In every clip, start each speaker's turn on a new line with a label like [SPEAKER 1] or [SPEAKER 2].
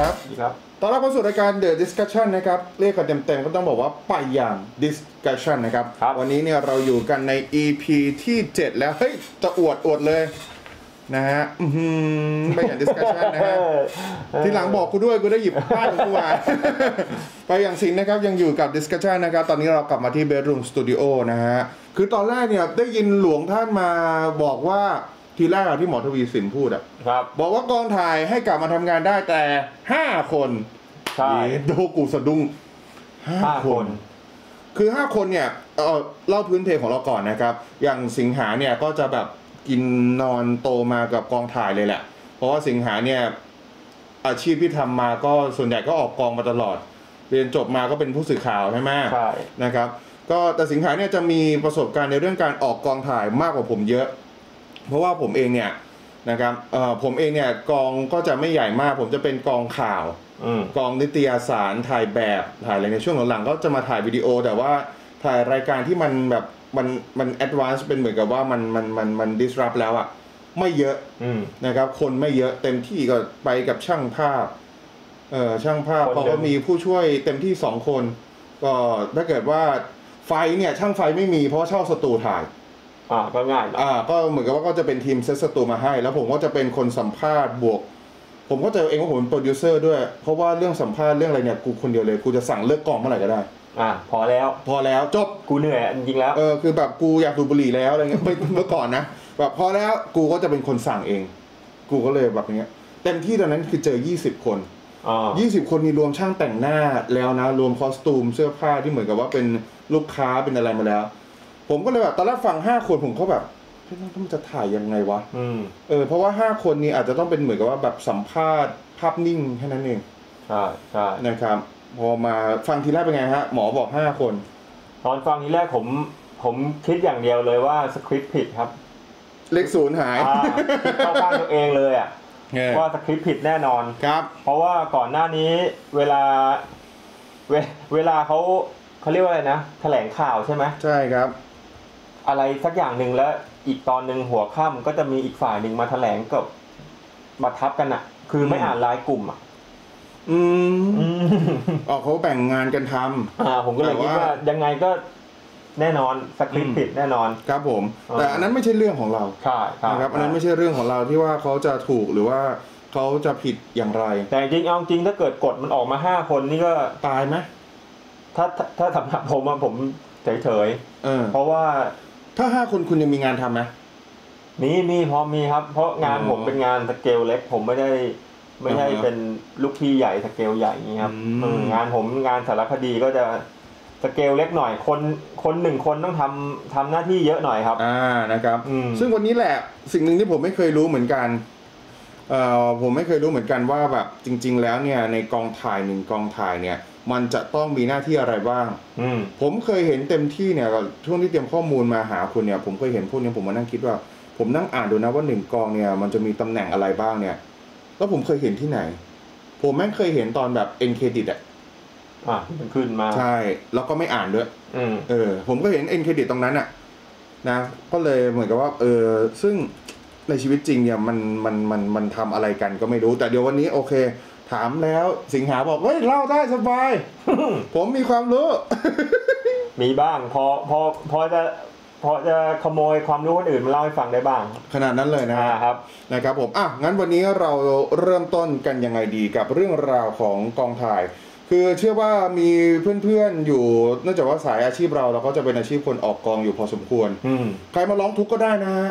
[SPEAKER 1] รับเข้าสู่รายการ The Discussion นะครับ เรียกกันเต็มๆก็ต้องบอกว่าไปอย่าง Discussion นะครับ
[SPEAKER 2] ครับ
[SPEAKER 1] วันนี้เนี่ยเราอยู่กันใน EP ที่ 7 แล้ว เฮ้ย จะอวดอวดเลยนะฮะอื้อหือไปอย่าง Discussion นะฮะ ทีหลังบอกกูด้วยกูได้หยิบป้ายของกูมา ไปอย่างสินนะครับยังอยู่กับ discussion นะครับ ตอนนี้เรากลับมาที่ bedroom studio นะฮะ คือตอนแรกเนี่ยได้ยินหลวงท่านมาบอกว่าทีแรกอะที่หมอทวีสินพูดอะ
[SPEAKER 2] ครับ
[SPEAKER 1] บอกว่ากองถ่ายให้กลับมาทำงานได้แต่ 5 คน
[SPEAKER 2] ใช่
[SPEAKER 1] เยโดกูสะดุ้ง
[SPEAKER 2] ห้า
[SPEAKER 1] 5
[SPEAKER 2] ค
[SPEAKER 1] คน น คือ 5 คนเนี่ยเออเล่าพื้นเพของเราก่อนนะครับ อย่างสิงหาเนี่ยก็จะแบบกินนอนโตมากับกองถ่ายเลยแหละ เพราะว่าสิงหาเนี่ยอาชีพที่ทำมาก็ส่วนใหญ่ก็ออกกองมาตลอด เรียนจบมาก็เป็นผู้สื่อข่าวใช่ไหม
[SPEAKER 2] ใช่
[SPEAKER 1] นะครับ ก็แต่สิงหาเนี่ยจะมีประสบการณ์ในเรื่องการออกกองถ่ายมากกว่าผมเยอะ เพราะว่าผมเองเนี่ยนะครับเอ่อผมเองเนี่ยกองก็จะไม่ใหญ่มาก ผมจะเป็นกองข่าว
[SPEAKER 2] อืม
[SPEAKER 1] กองนิตยสารถ่ายแบบถ่ายอะไรในยช่วงหลังๆก็จะมาถ่ายวิดีโอ แต่ว่าถ่ายรายการที่มันแบบมันมันแอดวานซ์เป็นเหมือนกับว่ามันมันมันมันดิสรับแล้วอะไม่เยอะ
[SPEAKER 2] อืม
[SPEAKER 1] นะครับ คนไม่เยอะเต็มที่ก็ไปกับช่างภาพเออช่างภาพ
[SPEAKER 2] คน
[SPEAKER 1] เขา
[SPEAKER 2] เดิม
[SPEAKER 1] ก็มีผู้ช่วยเต็มที่สองคน ก็ถ้าเกิดว่าไฟเนี่ยช่างไฟไม่มีเพราะเช่าสตูถ่าย
[SPEAKER 2] อ่าก็ง่ายนะ
[SPEAKER 1] อ่าก็เหมือนกับว่าก็จะเป็นทีมเซตสตูมาให้ แล้วผมก็จะเป็นคนสัมภาษณ์บวก ผมก็จะเองว่าผมเป็นโปรดิวเซอร์ด้วย เพราะว่าเรื่องสัมภาษณ์เรื่องอะไรเนี่ยกูคนเดียวเลย กูจะสั่งเลิกกล่องเมื่อไหร่ก็ได้
[SPEAKER 2] อ่าพอแล้ว
[SPEAKER 1] พอแล้วจบ
[SPEAKER 2] กูเหนื่อยอ่ะจริงๆแล้ว
[SPEAKER 1] เออคือแบบกูอยากดูดบุหรี่แล้วอะไรเงี้ย ไม่เมื่อก่อนนะแบบพอแล้วกูก็จะเป็นคนสั่งเอง กูก็เลยแบบอย่างเงี้ยเต็มที่ตอนนั้นคือเจอ 20 คน
[SPEAKER 2] อ่า
[SPEAKER 1] 20 คนนี่รวมช่างแต่งหน้าแล้วนะ รวมคอสตูมเสื้อผ้าที่เหมือนกับว่าเป็นลูกค้าเป็นอะไรมาแล้ว ผมก็เลยแบบตอนแรกฟังห้าคนผมก็แบบเฮ้ยแล้วมันจะถ่ายยังไงวะ
[SPEAKER 2] อืม
[SPEAKER 1] เออเพราะว่า 5 คนนี้อาจจะต้องเป็นเหมือนกับว่าแบบสัมภาษณ์ภาพนิ่งแค่นั้นเอง
[SPEAKER 2] ใช่ใช่
[SPEAKER 1] นะครับ พอมาฟังทีแรกเป็นไงฮะ หมอบอก 5 คน
[SPEAKER 2] ตอนฟังทีแรกผม ผมคิดอย่างเดียวเลยว่าสคริปต์ผิดครับ
[SPEAKER 1] เลขศูนย์หาย
[SPEAKER 2] อ่าคิดเข้าข้างตัวเองเลยอ่ะ
[SPEAKER 1] เออ
[SPEAKER 2] ว่าสคริปต์ผิดแน่นอน
[SPEAKER 1] ครับ
[SPEAKER 2] เพราะว่าก่อนหน้านี้เวลา เวเวลาเขาเขาเรียกว่าอะไรนะ แถลงข่าวใช่ไหม
[SPEAKER 1] ใช่ครับ
[SPEAKER 2] อะไรสักอย่างหนึ่งแล้วอีกตอนหนึ่งหัวค่ำก็จะมีอีกฝ่ายหนึ่งมาแถลงกับมาทับกันอะคือไม่
[SPEAKER 1] อืม
[SPEAKER 2] อ่านรายกลุ่มอะ
[SPEAKER 1] อืมออกเขาแบ่งงานกันทำ
[SPEAKER 2] อ่าผมก็เลยคิด
[SPEAKER 1] แต่
[SPEAKER 2] ว่า
[SPEAKER 1] ว่า
[SPEAKER 2] ยังไงก็แน่นอนสคริปต์ผิดแน่นอน
[SPEAKER 1] ครับผม
[SPEAKER 2] เออ
[SPEAKER 1] แต่อันนั้นไม่ใช่เรื่องของเรา
[SPEAKER 2] ใช่ใช่
[SPEAKER 1] นะครับ อันนั้นไม่ใช่เรื่องของเราที่ว่าเขาจะถูกหรือว่าเขาจะผิดอย่างไร
[SPEAKER 2] แต่จริงๆเอาจริงถ้าเกิดกฎมันออกมาห้าคนนี่ก็
[SPEAKER 1] ตายไหม
[SPEAKER 2] ถ้าถ้าถ้าสำหรับผมอะผมเฉย
[SPEAKER 1] เออ
[SPEAKER 2] ๆเพราะว่า
[SPEAKER 1] ถ้าห้าคนคุณยังมีงานทำไหม
[SPEAKER 2] มีมีพอมีครับ เพราะงาน
[SPEAKER 1] อ๋อ
[SPEAKER 2] ผมเป็นงานสเกลเล็ก ผมไม่ได้ ไม่ได้
[SPEAKER 1] อ่าฮะ
[SPEAKER 2] เป็นลูกพี่ใหญ่สเกลใหญ่อย่างนี้ครับ
[SPEAKER 1] อืม
[SPEAKER 2] เอองานผมงานสารคดีก็จะสเกลเล็กหน่อยคนคนหนึ่งคนต้องทำทำหน้าที่เยอะหน่อยครับ
[SPEAKER 1] อ่านะครับ
[SPEAKER 2] อืม
[SPEAKER 1] ซึ่งวันนี้แหละสิ่งหนึ่งที่ผมไม่เคยรู้เหมือนกันเอ่อผมไม่เคยรู้เหมือนกันว่าแบบจริง ๆ แล้วเนี่ยในกองถ่ายหนึ่งกองถ่ายเนี่ย มันจะต้องมีหน้าที่อะไรบ้าง
[SPEAKER 2] อืม
[SPEAKER 1] ผมเคยเห็นเต็มที่เนี่ยช่วงที่เตรียมข้อมูลมาหาคุณเนี่ยผมเคยเห็นพวกเนี้ยผมมานั่งคิดว่า ผมนั่งอ่านดูนะว่าหนึ่งกองเนี่ยมันจะมีตำแหน่งอะไรบ้างเนี่ย แล้วผมเคยเห็นที่ไหน ผมแม่งเคยเห็นตอนแบบเอ็นเครดิตอ่ะ
[SPEAKER 2] อ่ะมันขึ้นมา
[SPEAKER 1] ใช่แล้วก็ไม่อ่านด้วย
[SPEAKER 2] อืม
[SPEAKER 1] เออผมก็เห็นเอ็นเครดิตตรงนั้นอะนะ ก็เลยเหมือนกับว่าเออซึ่งในชีวิตจริงเนี่ยมันมันมันมันทำอะไรกันก็ไม่รู้ แต่เดี๋ยววันนี้โอเค ถามแล้วสิงหาบอกเฮ้ยเล่าได้สบาย ผมมีความรู้
[SPEAKER 2] มีบ้าง พอพอพอจะพอจะขโมยความรู้คนอื่นมาเล่าให้ฟังได้บ้าง
[SPEAKER 1] ขนาดนั้นเลยนะ
[SPEAKER 2] อ่า
[SPEAKER 1] ฮะ
[SPEAKER 2] ครับ
[SPEAKER 1] นะครับผมอ่ะงั้นวันนี้เราเริ่มต้นกันยังไงดีกับเรื่องราวของกองถ่าย คือเชื่อว่ามีเพื่อนๆอยู่เนื่องจากว่าสายอาชีพเราเราก็จะเป็นอาชีพคนออกกองอยู่พอสมควร
[SPEAKER 2] อืม
[SPEAKER 1] ใครมาร้องทุกข์ก็ได้นะฮะ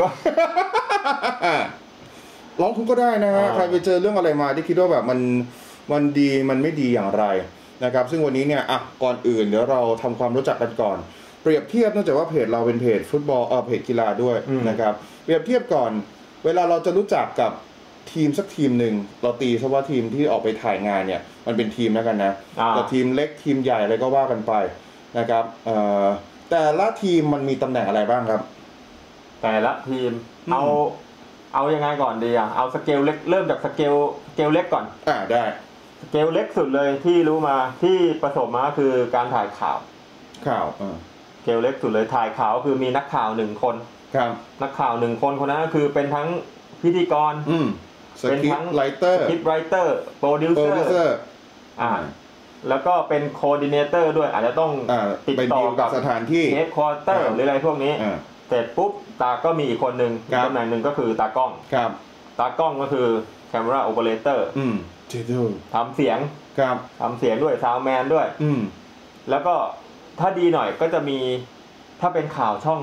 [SPEAKER 2] ก็
[SPEAKER 1] ร้องทุกข์ก็ได้นะฮะ
[SPEAKER 2] อ่า
[SPEAKER 1] ใครไปเจอเรื่องอะไรมาที่คิดว่าแบบมันมันดีมันไม่ดีอย่างไรนะครับ ซึ่งวันนี้เนี่ยอ่ะก่อนอื่นเดี๋ยวเราทำความรู้จักกันก่อน เปรียบเทียบเนื่องจากว่าเพจเราเป็นเพจฟุตบอลเออเพจกีฬาด้วยนะครับเปรียบเทียบก่อน เวลาเราจะรู้จักกับทีมสักทีมหนึ่งเราตีซะว่าทีมที่ออกไปถ่ายงานเนี่ย มันเป็นทีมแล้วกันนะ
[SPEAKER 2] อ่า
[SPEAKER 1] แต่ทีมเล็กทีมใหญ่อะไรก็ว่ากันไปนะครับเอ่อแต่ละทีมมันมีตำแหน่งอะไรบ้างครับ
[SPEAKER 2] แต่ละทีม
[SPEAKER 1] อืม
[SPEAKER 2] เอา เอายังไงก่อนดีอ่ะ เอาสเกลเล็กเริ่มจากสเกลสเกลเล็กก่อน
[SPEAKER 1] อ่าได้
[SPEAKER 2] สเกลเล็กสุดเลยที่รู้มาที่ประสบมาคือการถ่ายข่าว
[SPEAKER 1] ข่าวอ่า
[SPEAKER 2] สเกลเล็กสุดเลยถ่ายข่าวคือมีนักข่าวหนึ่งคน
[SPEAKER 1] ครับ
[SPEAKER 2] นักข่าวหนึ่งคนคนนั้นก็คือเป็นทั้งพิธีกร
[SPEAKER 1] อืม สคริป
[SPEAKER 2] เป็นทั้
[SPEAKER 1] ต์
[SPEAKER 2] ง
[SPEAKER 1] ไรเตอร์
[SPEAKER 2] คิดไรเตอร์โปรดิว
[SPEAKER 1] โปร
[SPEAKER 2] เซอ
[SPEAKER 1] ดิวเซอ
[SPEAKER 2] ร์
[SPEAKER 1] ร์
[SPEAKER 2] อ่าแล้วก็เป็นโคดิเนเตอร์ด้วยอาจจะต้อง
[SPEAKER 1] อ่า
[SPEAKER 2] ติด
[SPEAKER 1] ไป
[SPEAKER 2] ต่อ
[SPEAKER 1] ดีลกั
[SPEAKER 2] กั
[SPEAKER 1] บบ สถานที่
[SPEAKER 2] เฮดคอร์เตอร์
[SPEAKER 1] อ่า
[SPEAKER 2] หรืออะไรพวกนี้
[SPEAKER 1] อ่า
[SPEAKER 2] เสร็จปุ๊บตาก็มีอีกคนหนึ่ง
[SPEAKER 1] ครับ
[SPEAKER 2] ตำแหน่งหนึ่งก็คือตากล้อง
[SPEAKER 1] ครับ
[SPEAKER 2] ตากล้องก็คือ Camera Operator
[SPEAKER 1] อืมเจดู
[SPEAKER 2] ทำเสียง
[SPEAKER 1] ครับ
[SPEAKER 2] ทำเสียงด้วยซาวแมนด้วย
[SPEAKER 1] อืม
[SPEAKER 2] แล้วก็ถ้าดีหน่อยก็จะมีถ้าเป็นข่าวช่อง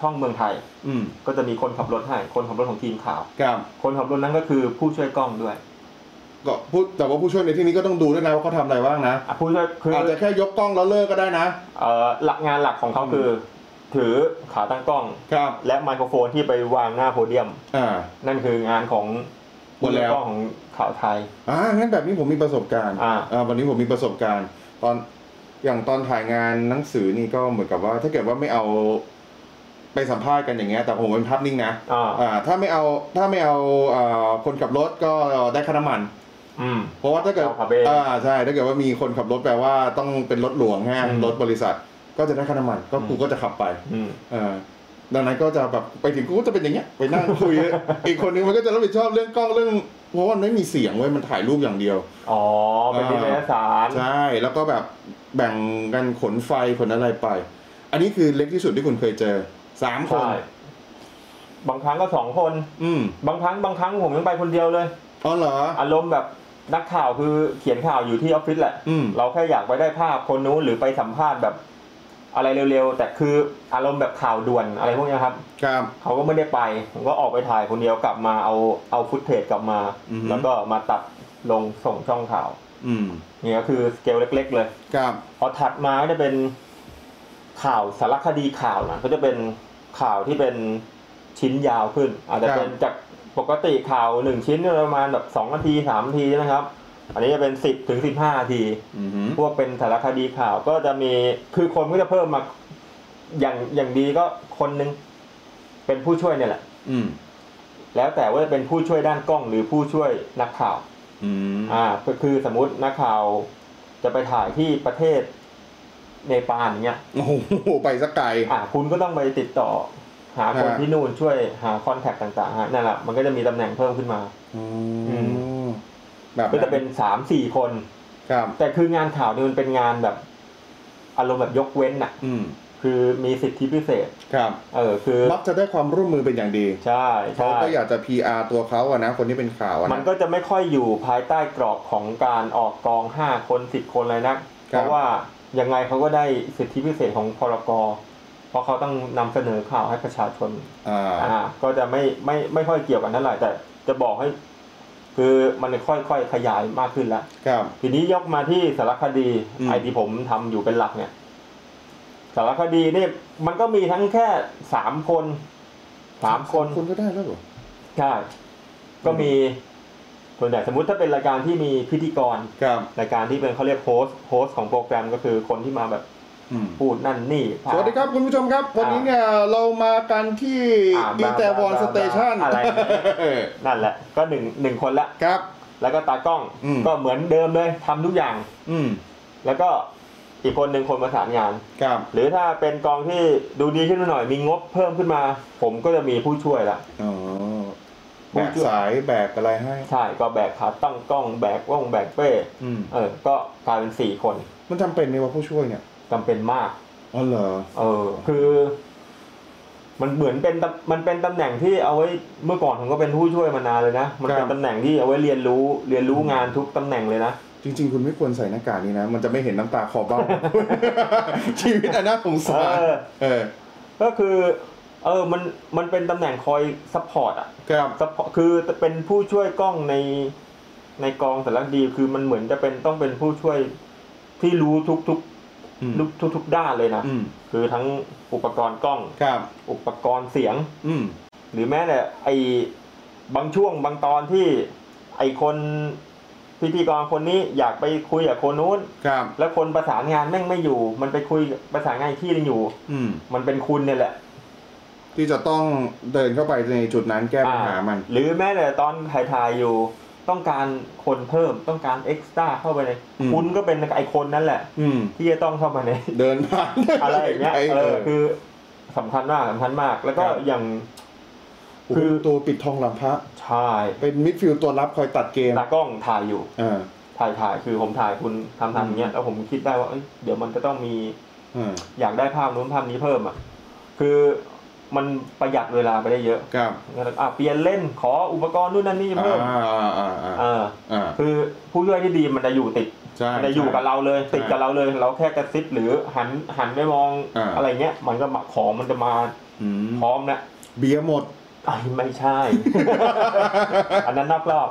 [SPEAKER 2] ช่องเมืองไทย
[SPEAKER 1] อืม
[SPEAKER 2] ก็จะมีคนขับรถให้คนขับรถของทีมข่าว
[SPEAKER 1] ครับ
[SPEAKER 2] คนขับรถนั้นก็คือผู้ช่วยกล้องด้วย
[SPEAKER 1] ก็พูดแต่ว่าผู้ช่วยในที่นี้ก็ต้องดูด้วยนะว่าเขาทำอะไรบ้างนะ
[SPEAKER 2] อ่ะผู้ช่วยคือ
[SPEAKER 1] อาจจะแค่ยกกล้องแล้วเลิกก็ได้นะ
[SPEAKER 2] เอ่อหลักงานหลักของเขาคืออถือขาตั้งกล้อง
[SPEAKER 1] ครับ
[SPEAKER 2] และไมโครโฟนที่ไปวางหน้าโพเดียม
[SPEAKER 1] อ่า
[SPEAKER 2] นั่นคืองานของ
[SPEAKER 1] หมดแล้ว
[SPEAKER 2] ผู้ช่ยกล้องของข่าวไทย
[SPEAKER 1] อ่างั้นแบบนี้ผมมีประสบการณ์
[SPEAKER 2] อ่า
[SPEAKER 1] วันนี้ผมมีประสบการณ์ ตอนอย่างตอนถ่ายงานหนังสือนี่ก็เหมือนกับว่า ถ้าเกิดว่าไม่เอาไปสัมภาษณ์กันอย่างเงี้ยแต่ผมเป็นภาพนิ่งนะ
[SPEAKER 2] อ่า
[SPEAKER 1] อ่าถ้าไม่เอาถ้าไม่เอาอ่าคนขับรถก็ได้ค่าน้ำมัน
[SPEAKER 2] อืม
[SPEAKER 1] เพราะว่าถ้าเกิด
[SPEAKER 2] เอาขับเอง
[SPEAKER 1] อ่าใช่ถ้าเกิดว่ามีคนขับรถแปลว่าต้องเป็นรถหลวงฮะ
[SPEAKER 2] อืม
[SPEAKER 1] รถบริษัท ก็จะได้ค่าน้ำมัน ก็
[SPEAKER 2] อืม
[SPEAKER 1] กูก็จะขับไป
[SPEAKER 2] อืม
[SPEAKER 1] เออดังนั้นก็จะแบบไปถึงกูก็จะเป็นอย่างเงี้ยไปนั่งคุย อีกคนนึงมันก็จะรับผิดชอบเรื่องกล้องเรื่องเพราะว่ามันไม่มีเสียงเว้ยมันถ่ายรูปอย่างเดียว
[SPEAKER 2] อ๋อ เป็นนิตยสาร
[SPEAKER 1] ใช่แล้วก็แบบแบ่งกันขนไฟขนอะไรไป อันนี้คือเล็กที่สุดที่คุณเคยเจอสามคน
[SPEAKER 2] ใช่บางครั้งก็สองคน
[SPEAKER 1] อืม
[SPEAKER 2] บางครั้งบางครั้งผมยังไปคนเดียวเลย
[SPEAKER 1] อ๋อเหรอ
[SPEAKER 2] อารมณ์แบบนักข่าวคือเขียนข่าวอยู่ที่ออฟฟิศแหละ
[SPEAKER 1] อืม
[SPEAKER 2] เราแค่อยากไปได้ภาพคนนู้นหรือไปสัมภาษณ์แบบ อะไรเร็วๆ แต่คืออารมณ์แบบข่าวด่วนอะไรพวกเนี้ยครับ
[SPEAKER 1] ครับ
[SPEAKER 2] เขาก็ไม่ได้ไป ผมก็ออกไปถ่ายคนเดียวกลับมาเอาเอาฟุตเทจกลับมา
[SPEAKER 1] อือฮึ
[SPEAKER 2] แล้วก็มาตัดลงส่งช่องข่าว
[SPEAKER 1] อืม
[SPEAKER 2] นี่ก็คือสเกลเล็ก ๆ เลย
[SPEAKER 1] ครับ
[SPEAKER 2] พอถัดมาก็จะเป็นข่าวสารคดีข่าวนะก็จะเป็นข่าวที่เป็นชิ้นยาวขึ้น อาจจะ
[SPEAKER 1] ครับ
[SPEAKER 2] เป็นจากปกติข่าวหนึ่งชิ้นเนี่ยประมาณแบบสองนาทีสามนาทีใช่ไหมครับ อันนี้จะเป็นสิบถึงสิบห้านาที
[SPEAKER 1] อือหือ
[SPEAKER 2] พวกเป็นสารคดีข่าวก็จะมีคือคนก็จะเพิ่มมาอย่างอย่างดีก็คนหนึงเป็นผู้ช่วยเนี่ยแหละ
[SPEAKER 1] อืม
[SPEAKER 2] แล้วแต่ว่าจะเป็นผู้ช่วยด้านกล้องหรือผู้ช่วยนักข่าว
[SPEAKER 1] อืม
[SPEAKER 2] อ่าก็คือสมมตินักข่าวจะไปถ่ายที่ประเทศเนปาลอย่างเงี้ย
[SPEAKER 1] โอ้โหไปสักไกล
[SPEAKER 2] อ่าคุณก็ต้องไปติดต่อ หาคน
[SPEAKER 1] ฮะ
[SPEAKER 2] ที่นู่นช่วยหาคอนแทคต่างๆฮะนั่นแหละมันก็จะมีตำแหน่งเพิ่มขึ้นมา
[SPEAKER 1] อื
[SPEAKER 2] อื
[SPEAKER 1] มแบบ
[SPEAKER 2] ก็จะเป็นสามสี่คน
[SPEAKER 1] ครับ
[SPEAKER 2] แต่คืองานข่าวเนี่ยมันเป็นงานแบบ อารมณ์แบบยกเว้นน่ะ
[SPEAKER 1] อืม
[SPEAKER 2] คือมีสิทธิพิเศษ
[SPEAKER 1] ครับ
[SPEAKER 2] เออคือ
[SPEAKER 1] มักจะได้ความร่วมมือเป็นอย่างดี
[SPEAKER 2] ใช่
[SPEAKER 1] เขา
[SPEAKER 2] ใช่
[SPEAKER 1] ก็อยากจะ PR ตัวเขาอะนะ คนที่เป็นข่าวอะ
[SPEAKER 2] มัน
[SPEAKER 1] นะ
[SPEAKER 2] ก็จะไม่ค่อยอยู่ภายใต้กรอบของการออกกองห้าคนสิบคนอะไรนัก
[SPEAKER 1] ค
[SPEAKER 2] เพ
[SPEAKER 1] รับ
[SPEAKER 2] ราะว่ายังไงเขาก็ได้สิทธิพิเศษของพรกเพราะเขาต้องนำเสนอข่าวให้ประชาชน
[SPEAKER 1] อ่า
[SPEAKER 2] อ่าก็จะไม่ไม่ไม่ค่อยเกี่ยวกันเท่าไหร่แต่จะบอกให้ คือมันค่อยค่อยๆขยายมากขึ้นแล้ว
[SPEAKER 1] ครับ
[SPEAKER 2] ทีนี้ยกมาที่สารคดี
[SPEAKER 1] อืม
[SPEAKER 2] ไอที่ผมทำอยู่เป็นหลักเนี่ยสารคดีนี่มันก็มีทั้งแค่สามคนสามคน
[SPEAKER 1] คุณก็ได้แล้วเหรอ
[SPEAKER 2] ใช่ก็
[SPEAKER 1] อืม
[SPEAKER 2] มีส่วนใหญ่สมมติถ้าเป็นรายการที่มีพิธีกร
[SPEAKER 1] ครับ
[SPEAKER 2] รายการที่เป็นเขาเรียกโฮสโฮสของโปรแกรมก็คือคนที่มาแบบ
[SPEAKER 1] อืม
[SPEAKER 2] พูดนั่นนี่พา
[SPEAKER 1] สวัสดีครับ คุณผู้ชมครับ วันนี้เนี่ยเรามากันที่
[SPEAKER 2] อ่า
[SPEAKER 1] อีแตวอน
[SPEAKER 2] บา
[SPEAKER 1] ส
[SPEAKER 2] บา
[SPEAKER 1] เตชัน
[SPEAKER 2] อะไรเนี่ย นั่นแหละ ก็หนึ่งหนึ่งคนละ
[SPEAKER 1] ครับ
[SPEAKER 2] แล้วก็ตากล้อง
[SPEAKER 1] อืม
[SPEAKER 2] ก็เหมือนเดิมเลยทำทุกอย่าง
[SPEAKER 1] อืม
[SPEAKER 2] แล้วก็อีกคนหนึ่งคนประสานงาน
[SPEAKER 1] ครับ
[SPEAKER 2] หรือถ้าเป็นกองที่ดูดีขึ้นมาหน่อยมีงบเพิ่มขึ้นมา ผมก็จะมีผู้ช่วยละ
[SPEAKER 1] อ๋อ
[SPEAKER 2] ผู้
[SPEAKER 1] แบก
[SPEAKER 2] ช่วย
[SPEAKER 1] สายแบกอะไรให้
[SPEAKER 2] ใช่ก็แบกขาตั้งกล้องแบกว่องแบกเป้
[SPEAKER 1] อืม
[SPEAKER 2] เออ ก็กลายเป็นสี่คน
[SPEAKER 1] มันจำเป็นไหมว่าผู้ช่วยเนี่ย
[SPEAKER 2] จำเป็นมาก
[SPEAKER 1] อ๋อเหรอ
[SPEAKER 2] เออ คือ มันเหมือนเป็นตำมันเป็นตำแหน่งที่เอาไว้เมื่อก่อนผมก็เป็นผู้ช่วยมานานเลยนะมัน
[SPEAKER 1] คน
[SPEAKER 2] เป็
[SPEAKER 1] รับ
[SPEAKER 2] ตำแหน่งที่เอาไว้เรียนรู้เรียนรู้งานทุกตำแหน่งเลยนะ
[SPEAKER 1] จริง ๆ คุณไม่ควรใส่หน้ากากนี้นะ มันจะไม่เห็นน้ำตาคลอเบ้า ชีวิตอันน่าสงสาร
[SPEAKER 2] เออ
[SPEAKER 1] เออ
[SPEAKER 2] ก็คือ เออ มันมันเป็นตำแหน่งคอยซัพพอร์ตอะ
[SPEAKER 1] ครับ
[SPEAKER 2] ซัพพอร์ตคือเป็นผู้ช่วยกล้องในในกองสารคดีคือมันเหมือนจะเป็นต้องเป็นผู้ช่วยที่รู้ทุกทุก
[SPEAKER 1] อืม
[SPEAKER 2] ทุกทุกทุกด้านเลยนะ
[SPEAKER 1] อืม
[SPEAKER 2] คือทั้งอุปกรณ์กล้อง
[SPEAKER 1] ครับ
[SPEAKER 2] อุปกรณ์เสียง
[SPEAKER 1] อืม
[SPEAKER 2] หรือแม้แต่ไอบางช่วงบางตอนที่ไอคนพิธีกรคนนี้อยากไปคุยกับคนนู้น
[SPEAKER 1] ครับ
[SPEAKER 2] แล้วคนประสานงานแม่งไม่อยู่ มันไปคุยประสานงานอีกที่หนึงอยู่
[SPEAKER 1] อืม
[SPEAKER 2] มันเป็นคุณเนี่ยแหละ
[SPEAKER 1] ที่จะต้องเดินเข้าไปในจุดนั้นแก้ปัญหามัน
[SPEAKER 2] หรือแม้แต่ตอนถ่ายๆอยู่ ต้องการคนเพิ่มต้องการเอ็กซ์ตร้าเข้าไปใน
[SPEAKER 1] อืม
[SPEAKER 2] คุณก็เป็นไอคนนั่นแหละ
[SPEAKER 1] อืม
[SPEAKER 2] ที่จะต้องเข้า มาใน
[SPEAKER 1] เดินผ่าน
[SPEAKER 2] อะไรอย่างเงี้ยเออคือสำคัญมากสำคัญมาก แล้วก็
[SPEAKER 1] ครับ
[SPEAKER 2] อย่าง คื
[SPEAKER 1] คือ อตัวปิดทองหลังพระ
[SPEAKER 2] ใช่
[SPEAKER 1] เป็นมิดฟิลด์ตัวรับคอยตัดเกม
[SPEAKER 2] ตากล้องถ่ายอยู่
[SPEAKER 1] อ่า
[SPEAKER 2] ถ่ายถ่ายคือผมถ่ายคุณทำทำอย่างเงี้ยแล้วผมคิดได้ว่าเอ้ยเดี๋ยวมันจะต้องมี
[SPEAKER 1] อ่า
[SPEAKER 2] อยากได้ภาพนู้นภาพนี้เพิ่มอ่ะคือมันประหยัดเวลาไปได้เยอะ
[SPEAKER 1] ครับ
[SPEAKER 2] อ่ะเปลี่ยนเล่นขออุปกรณ์นู่นนั่นนี่
[SPEAKER 1] อ่า
[SPEAKER 2] เพิ่ม
[SPEAKER 1] อ่าอ่าอ่า
[SPEAKER 2] เออ
[SPEAKER 1] อ่า
[SPEAKER 2] คือผู้ช่วยที่ดีมันจะอยู่ติด
[SPEAKER 1] ใช่
[SPEAKER 2] มันจะอยู่กับเราเลย ติดกับเราเลย เราแค่กระซิบหรือหันหันไปมอง
[SPEAKER 1] อ่า
[SPEAKER 2] อะไรเงี้ย มันก็มาของมันจะมา
[SPEAKER 1] อืม
[SPEAKER 2] พร้อมนะ
[SPEAKER 1] เบียร์หมด
[SPEAKER 2] ไอ้ไม่ใช่ อันนั้นนอกรอบ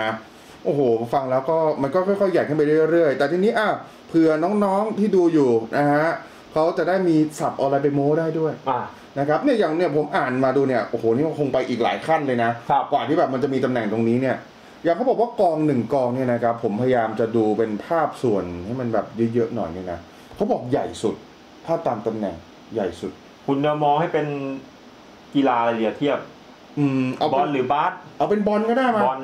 [SPEAKER 1] นะโอ้โห ฟังแล้วก็มันก็ค่อยๆใหญ่ขึ้นไปเรื่อยๆ แต่ทีนี้อ่ะเผื่อน้องๆที่ดูอยู่นะฮะเขาจะได้มีสับออนไลน์ไปโม้ได้ด้วย
[SPEAKER 2] อ่ะ
[SPEAKER 1] นะครับเนี่ยอย่างเนี่ยผมอ่านมาดูเนี่ยโอ้โหนี่มันคงไปอีกหลายขั้นเลยนะครับ กว่าที่แบบมันจะมีตำแหน่งตรงนี้เนี่ยอย่างเขาบอกว่ากองหนึ่งกองเนี่ยนะครับผมพยายามจะดูเป็นภาพส่วนให้มันแบบเยอะๆหน่อยเนี่ยนะเขาบอกใหญ่สุดถ้าตามตำแหน่งใหญ่สุด
[SPEAKER 2] คุณจะมองให้เป็นกีฬาอะไรเดียเทียบ
[SPEAKER 1] อืมเอา
[SPEAKER 2] บ
[SPEAKER 1] เป็
[SPEAKER 2] อล
[SPEAKER 1] น
[SPEAKER 2] หรือบาส
[SPEAKER 1] เอาเป็นบอลก็ได้มา
[SPEAKER 2] บอล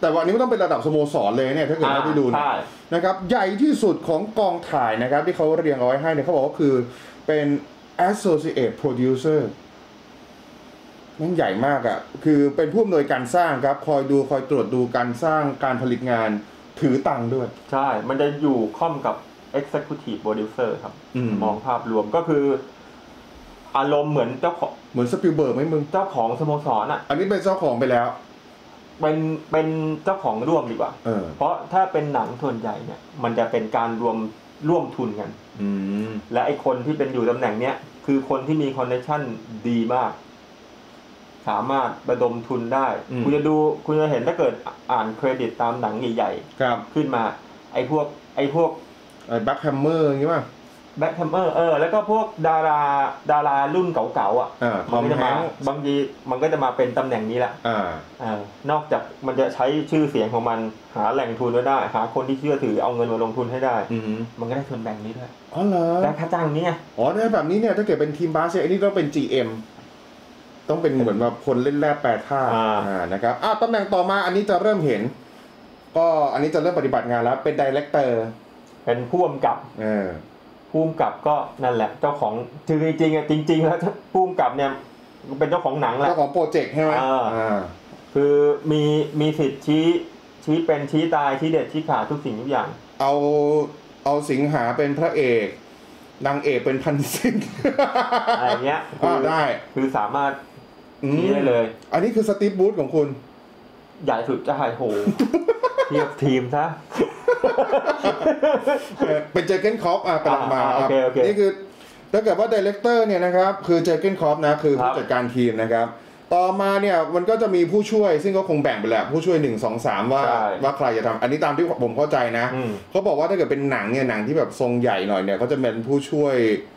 [SPEAKER 1] แต่วันนี้ไม่ต้องเป็นระดับสโมสรเลยเนี่ยถ้าเกิดเราได้ดูเนี่ย
[SPEAKER 2] ใช่
[SPEAKER 1] นะครับใหญ่ที่สุดของกองถ่ายนะครับ ที่เขาเรียงเอาไว้ให้เนี่ยเขาบอกว่าคือเป็น associate producer แมันใหญ่มากอะ่ะ คือเป็นผู้อำนวยการสร้างครับ คอยดูคอยตรวจดูการสร้างการผลิตงานถือตังค์ด้วย
[SPEAKER 2] ใช่ มันจะอยู่ค่อมกับ executive producer ครับ
[SPEAKER 1] อืม
[SPEAKER 2] มองภาพรวมก็คือ อารมณ์เหมือนเจ้าของ
[SPEAKER 1] เหมือนสปิลเบิร์กไหมมึง
[SPEAKER 2] เจ้าของสโมสรอ่ะ
[SPEAKER 1] อันนี้เป็นเจ้าของไปแล้ว
[SPEAKER 2] เป็นเป็นเจ้าของร่วมดีกว่า
[SPEAKER 1] เออ
[SPEAKER 2] เพราะถ้าเป็นหนังส่วนใหญ่เนี่ย มันจะเป็นการรวมร่วมทุนกัน
[SPEAKER 1] อืม
[SPEAKER 2] และไอคนที่เป็นอยู่ตำแหน่งเนี้ยคือคนที่มีคอนเนคชั่นดีมาก สามารถระดมทุนได้
[SPEAKER 1] อืม
[SPEAKER 2] คุณจะดูคุณจะเห็นถ้าเกิดอ่านเครดิตตามหนังใหญ่
[SPEAKER 1] ครับ
[SPEAKER 2] ๆ ขึ้นมา ไอพวกไอพวก
[SPEAKER 1] ไอ้แบ็คแฮมเมอร์อย่างงี้ป่ะ
[SPEAKER 2] แบ็คแฮมเมอร์เออแล้วก็พวกดาราดารารุ่นเก่าๆอ่ะ
[SPEAKER 1] อ่าท
[SPEAKER 2] มั
[SPEAKER 1] อน ม
[SPEAKER 2] ก็จะ
[SPEAKER 1] แฮ
[SPEAKER 2] มาง
[SPEAKER 1] ค์
[SPEAKER 2] บางทีมันก็จะมาเป็นตำแหน่งนี้ละ
[SPEAKER 1] อ่า
[SPEAKER 2] เออนอกจากมันจะใช้ชื่อเสียงของมันหาแหล่งทุนไว้ได้ หาคนที่เชื่อถือเอาเงินมาลงทุนให้ได้
[SPEAKER 1] อืม
[SPEAKER 2] มันก็ได้ส่วนแบ่งนี้ด้วย
[SPEAKER 1] อ๋อเหรอ
[SPEAKER 2] ได้ค่าจ้างนี้ไง
[SPEAKER 1] อ๋อเนี่ยแบบนี้เนี่ยถ้าเกิดเป็นทีมบาสเนี่ยอันนี้ต้องเป็น GM ต้องเป็นเหมือนแบบคนเล่นแร่แปรธาตุอ่านะครับอ่าตำแหน่งต่อมาอันนี้จะเริ่มเห็น ก็อันนี้จะเริ่มปฏิบัติงานแล้ว เป็นดีเลกเตอร์
[SPEAKER 2] เป็นผู้กำกับ
[SPEAKER 1] เออ
[SPEAKER 2] ผู้กำกับก็นั่นแหละ เจ้าของคือจริงๆอ่ะจริง ๆ แล้วผู้กำกับเนี่ยเป็นเจ้าของหนังแหละ
[SPEAKER 1] เจ้าของโปรเจกต์ใช่ไหม
[SPEAKER 2] อ่า
[SPEAKER 1] อ่า
[SPEAKER 2] คือมีมีสิทธิ์ชี้ชี้เป็นชี้ตายชี้เด็ดชี้ขาดทุกสิ่งทุกอย่าง
[SPEAKER 1] เอาเอาสิงหาเป็นพระเอกนางเอกเป็นพันซิ่ง
[SPEAKER 2] อะไรเงี้ย คื
[SPEAKER 1] อ่า
[SPEAKER 2] อ
[SPEAKER 1] ได้
[SPEAKER 2] คือสามารถ
[SPEAKER 1] อืม
[SPEAKER 2] ชี้ได้เลย
[SPEAKER 1] อันนี้คือสตีฟบูธของคุณ
[SPEAKER 2] ใหญ่สุดจะหายโห เทียบทีมซะ
[SPEAKER 1] เออเป็นเจอร์เกนคอปอ่ะกำลังมา
[SPEAKER 2] อ่า
[SPEAKER 1] ครับ
[SPEAKER 2] โอเคโอเค
[SPEAKER 1] นี่คือถ้าเกิดว่าดีเลกเตอร์เนี่ยนะครับคือเจอร์เกนคอปนะคือ
[SPEAKER 2] ครั
[SPEAKER 1] ผู้
[SPEAKER 2] บ
[SPEAKER 1] จัดการทีมนะครับ ต่อมาเนี่ยมันก็จะมีผู้ช่วยซึ่งก็คงแบ่งไปแหละผู้ช่วย 1 2 3 ว่าว่าใครจะทำอันนี้ตามที่ผมเข้าใจนะ
[SPEAKER 2] อืม
[SPEAKER 1] เขาบอกว่าถ้าเกิดเป็นหนังเนี่ยหนังที่แบบทรงใหญ่หน่อยเนี่ยเขาจะเป็นผู้ช่วย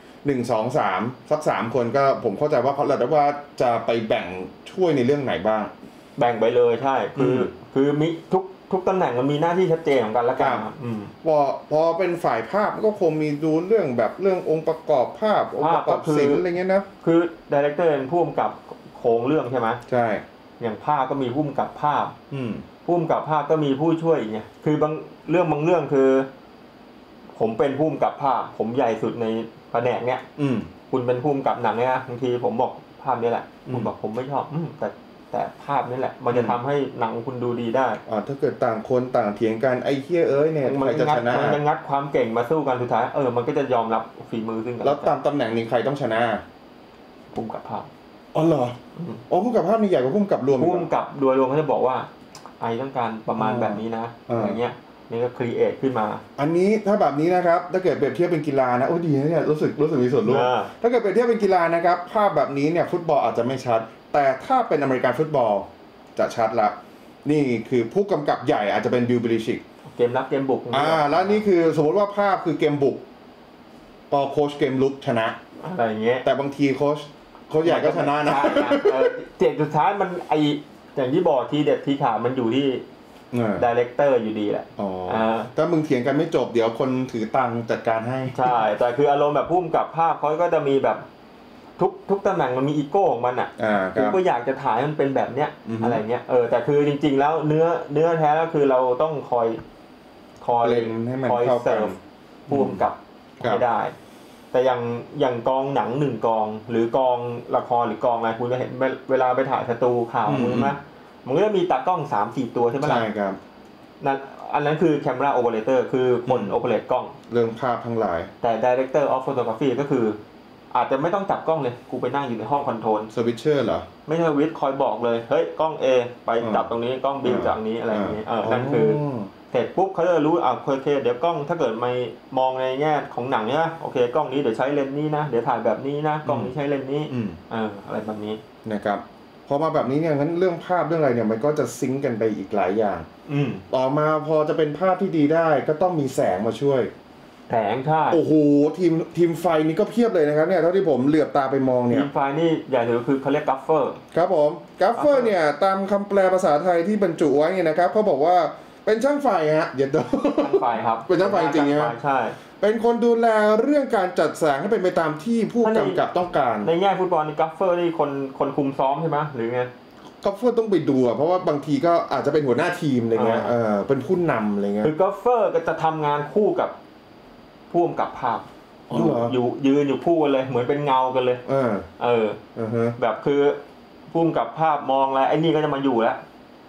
[SPEAKER 1] 1 2 3สัก3คนก็ผมเข้าใจว่าเขาแล้วว่าจะไปแบ่งช่วยในเรื่องไหนบ้าง
[SPEAKER 2] แบ่งไปเลยใช่ คืออ
[SPEAKER 1] ม
[SPEAKER 2] คือมีทุกทุกตำแหน่งมันมีหน้าที่ชัดเจนของกันและกัน
[SPEAKER 1] ครับ
[SPEAKER 2] อืม
[SPEAKER 1] พอพอเป็นฝ่ายภาพก็คงมีดูเรื่องแบบเรื่ององค์ประกอบภาพองค์ประกอบศิลป์อะไรเงี้ยนะ
[SPEAKER 2] คือดีเรคเตอร์เป็นผู้กำกับโครงเรื่องใช่ไหม
[SPEAKER 1] ใช่
[SPEAKER 2] อย่างภาพก็มีผู้กำกับภาพ
[SPEAKER 1] อืม
[SPEAKER 2] ผู้กำกับภาพก็มีผู้ช่วยอีกไงคือบางเรื่องบางเรื่องคือ ผมเป็นผู้กำกับภาพ ผมใหญ่สุดในแผนกเนี้ย
[SPEAKER 1] อืม
[SPEAKER 2] คุณเป็นผู้กำกับหนังเนี่ยนะบางทีผมบอกภาพนี้แหละ
[SPEAKER 1] อืม
[SPEAKER 2] คุณบอกผมไม่ชอบอืมแต่แต่ภาพนี่แหละ มันจะทำให้หนังคุณดูดีได้
[SPEAKER 1] อ่าถ้าเกิดต่างคนต่างเถียงกันไอ้เฮียเอ้ยเนี่ย
[SPEAKER 2] มั
[SPEAKER 1] ใคร
[SPEAKER 2] น
[SPEAKER 1] จะ
[SPEAKER 2] งัด
[SPEAKER 1] ชนะ
[SPEAKER 2] มันจะงัดความเก่งมาสู้กันสุดท้ายเออมันก็จะยอมรับฝีมือซึ่งกัน
[SPEAKER 1] แล้
[SPEAKER 2] และ
[SPEAKER 1] ว
[SPEAKER 2] กั
[SPEAKER 1] ตาน มตำแหน่งนี้ใครต้องชนะ
[SPEAKER 2] ภูมิกับภาพ
[SPEAKER 1] อ๋อเหรออ๋อพุ่มกับภาพนี่ใหญ่กว่าพุ่มกับรวมอี
[SPEAKER 2] ภู
[SPEAKER 1] กเหร
[SPEAKER 2] มิ
[SPEAKER 1] อ
[SPEAKER 2] กับโดยรวมเขาจะบอกว่า ไอต้องการประมาณ
[SPEAKER 1] อ่า
[SPEAKER 2] แบบนี้นะ
[SPEAKER 1] อ่า
[SPEAKER 2] อย่างเงี้ยนี่ก็ครีเอทขึ้นมา
[SPEAKER 1] อันนี้ถ้าแบบนี้นะครับ ถ้าเกิดเปรียบเทียบเป็นกีฬานะ โอ้ดีนะเนี่ยรู้สึกรู้สึกมีส่วนร่วม
[SPEAKER 2] อ่า
[SPEAKER 1] ถ้าเกิดเปรียบเทียบเป็นกีฬานะครับ ภาพแบบนี้เนี่ยฟุตบอลอาจจะไม่ชัด แต่ถ้าเป็นอเมริกันฟุตบอลจะชัดละ นี่คือผู้กำกับใหญ่อาจจะเป็นบิลบริชิก
[SPEAKER 2] เกมรับเกมบุก
[SPEAKER 1] อ่า แล้วนี่คือสมมติว่าภาพคือเกมบุกพอโค้ชเกมลุกชนะ
[SPEAKER 2] อะไรอย่างเงี้ย
[SPEAKER 1] แต่บางทีโค้ชโค้ชใหญ่ก็ชนะนะ
[SPEAKER 2] ใเออเจ็ดสุดท้ายมันไออย่างที่บอกทีเด็ดทีขาดมันอยู่ที่
[SPEAKER 1] เออ
[SPEAKER 2] ดีเรคเตอร์อยู่ดีแหละ
[SPEAKER 1] อ๋อ
[SPEAKER 2] อ่า
[SPEAKER 1] ถ้ามึงเถียงกันไม่จบเดี๋ยวคนถือตังค์จัดการให้
[SPEAKER 2] ใช่แต่คืออารมณ์แบบภูมิกับภาพเขาก็จะมีแบบทุกทุกตำแหน่งมันมีอีโก้ของมันอ่ะ
[SPEAKER 1] อ่าค
[SPEAKER 2] กู
[SPEAKER 1] รับ
[SPEAKER 2] ก็อยากจะถ่ายให้มันเป็นแบบเนี้ย
[SPEAKER 1] อือฮึ
[SPEAKER 2] อะไรเงี้ยเออแต่คือจริง ๆ แล้วเนื้อเนื้อแท้แล้วคือเราต้องคอย คอย
[SPEAKER 1] เล็งให้มัน
[SPEAKER 2] คอย
[SPEAKER 1] เข้ากัน
[SPEAKER 2] เสิร์ฟพ่วงกับ
[SPEAKER 1] ครับ
[SPEAKER 2] ให้ได้ แต่อย่างอย่างกองหนังหนึ่งกอง หรือกองละครหรือกองอะไรคุณจะเห็นเวเวลาไปถ่ายสตูข่าว
[SPEAKER 1] อืม
[SPEAKER 2] มึงนะมันก็จะมีตากล้องสามสี่ตัวใช่ไหมล่ะ
[SPEAKER 1] ใช่ครับ
[SPEAKER 2] นั่นอันนั้นคือแคมราโอเปอเรเตอร์คือคน
[SPEAKER 1] อืม
[SPEAKER 2] โอเปเรตกล้อง
[SPEAKER 1] เรื่องภาพทั้งหลาย
[SPEAKER 2] แต่ Director of Photography ก็คือ อาจจะไม่ต้องจับกล้องเลยกูไปนั่งอยู่ในห้องคอนโทรล
[SPEAKER 1] สวิตเชอร์เหรอ
[SPEAKER 2] ไม่ใช่วิทย์คอยบอกเลย เฮ้ย กล้อง A ไป
[SPEAKER 1] อืม
[SPEAKER 2] จับตรงนี้กล้อง B จับตรงนี้อะไรอย่างนี้เออนั่นคือ
[SPEAKER 1] อ
[SPEAKER 2] เสร็จปุ๊บเขาจะรู้อ่ะโอเคเดี๋ยวกล้องถ้าเกิดไม่มองในแง่ของหนังเนี่ยโอเค กล้องนี้เดี๋ยวใช้เลนส์นี้นะ เดี๋ยวถ่ายแบบนี้นะ กล้องนี้ใช้เลนส์นี้
[SPEAKER 1] อืม
[SPEAKER 2] เอออะไรแบบนี้
[SPEAKER 1] นะครับพอมาแบบนี้เนี่ยงั้นเรื่องภาพเรื่องอะไรเนี่ยมันก็จะซิงก์กันไปอีกหลายอย่าง
[SPEAKER 2] อืม
[SPEAKER 1] ต่อมาพอจะเป็นภาพที่ดีได้ก็ต้องมีแสงมาช่วย
[SPEAKER 2] แสงใช่
[SPEAKER 1] โอ้โหทีมทีมไฟนี่ก็เพียบเลยนะครับเนี่ยเท่าที่ผมเหลือบตาไปมองเนี่
[SPEAKER 2] ที
[SPEAKER 1] ย
[SPEAKER 2] มไฟนี่อย่างเดียวคือเขาเรียกกัฟเฟอร์
[SPEAKER 1] ครับผมกราฟเฟอร์เนี่ยตามคำแปลภาษาไทยที่บรรจุไว้เนี่ยนะครับเขาบอกว่าเป็นช่างไฟฮะ เดี๋ยวดู
[SPEAKER 2] ช่างไฟครับ
[SPEAKER 1] เป็นช่างไฟจริงๆ
[SPEAKER 2] ช่า
[SPEAKER 1] นะ
[SPEAKER 2] ไฟใช่
[SPEAKER 1] เป็นคนดูแลเรื่องการจัดแสงให้เป็นไปตามที่ผู้กำกับต้องการ
[SPEAKER 2] ในแง่ฟุตบอลนี่กัฟเฟอร์นี่คนคนคุมซ้อมใช่ไหมหรือไง
[SPEAKER 1] กราฟเฟอร์ต้องไปดูอะเพราะว่าบางทีก็อาจจะเป็นหัวหน้าทีมอะไรเงี้ย
[SPEAKER 2] อ่า
[SPEAKER 1] เออเป็นผู้นำอะไรเงี้ย
[SPEAKER 2] คือกัฟเฟอร์ก็จะทำงานคู่กับพ่วงกับภาพ
[SPEAKER 1] อ๋อ
[SPEAKER 2] อ
[SPEAKER 1] เห
[SPEAKER 2] ยู่
[SPEAKER 1] รออ
[SPEAKER 2] อยู่ยืนอยู่คู่กันเลยเหมือนเป็นเงากันเลย
[SPEAKER 1] เออ
[SPEAKER 2] เออ
[SPEAKER 1] อือฮะ
[SPEAKER 2] แบบคือพุ่มกับภาพมองอะไรไอ้นี่ก็จะมาอยู่แล้ว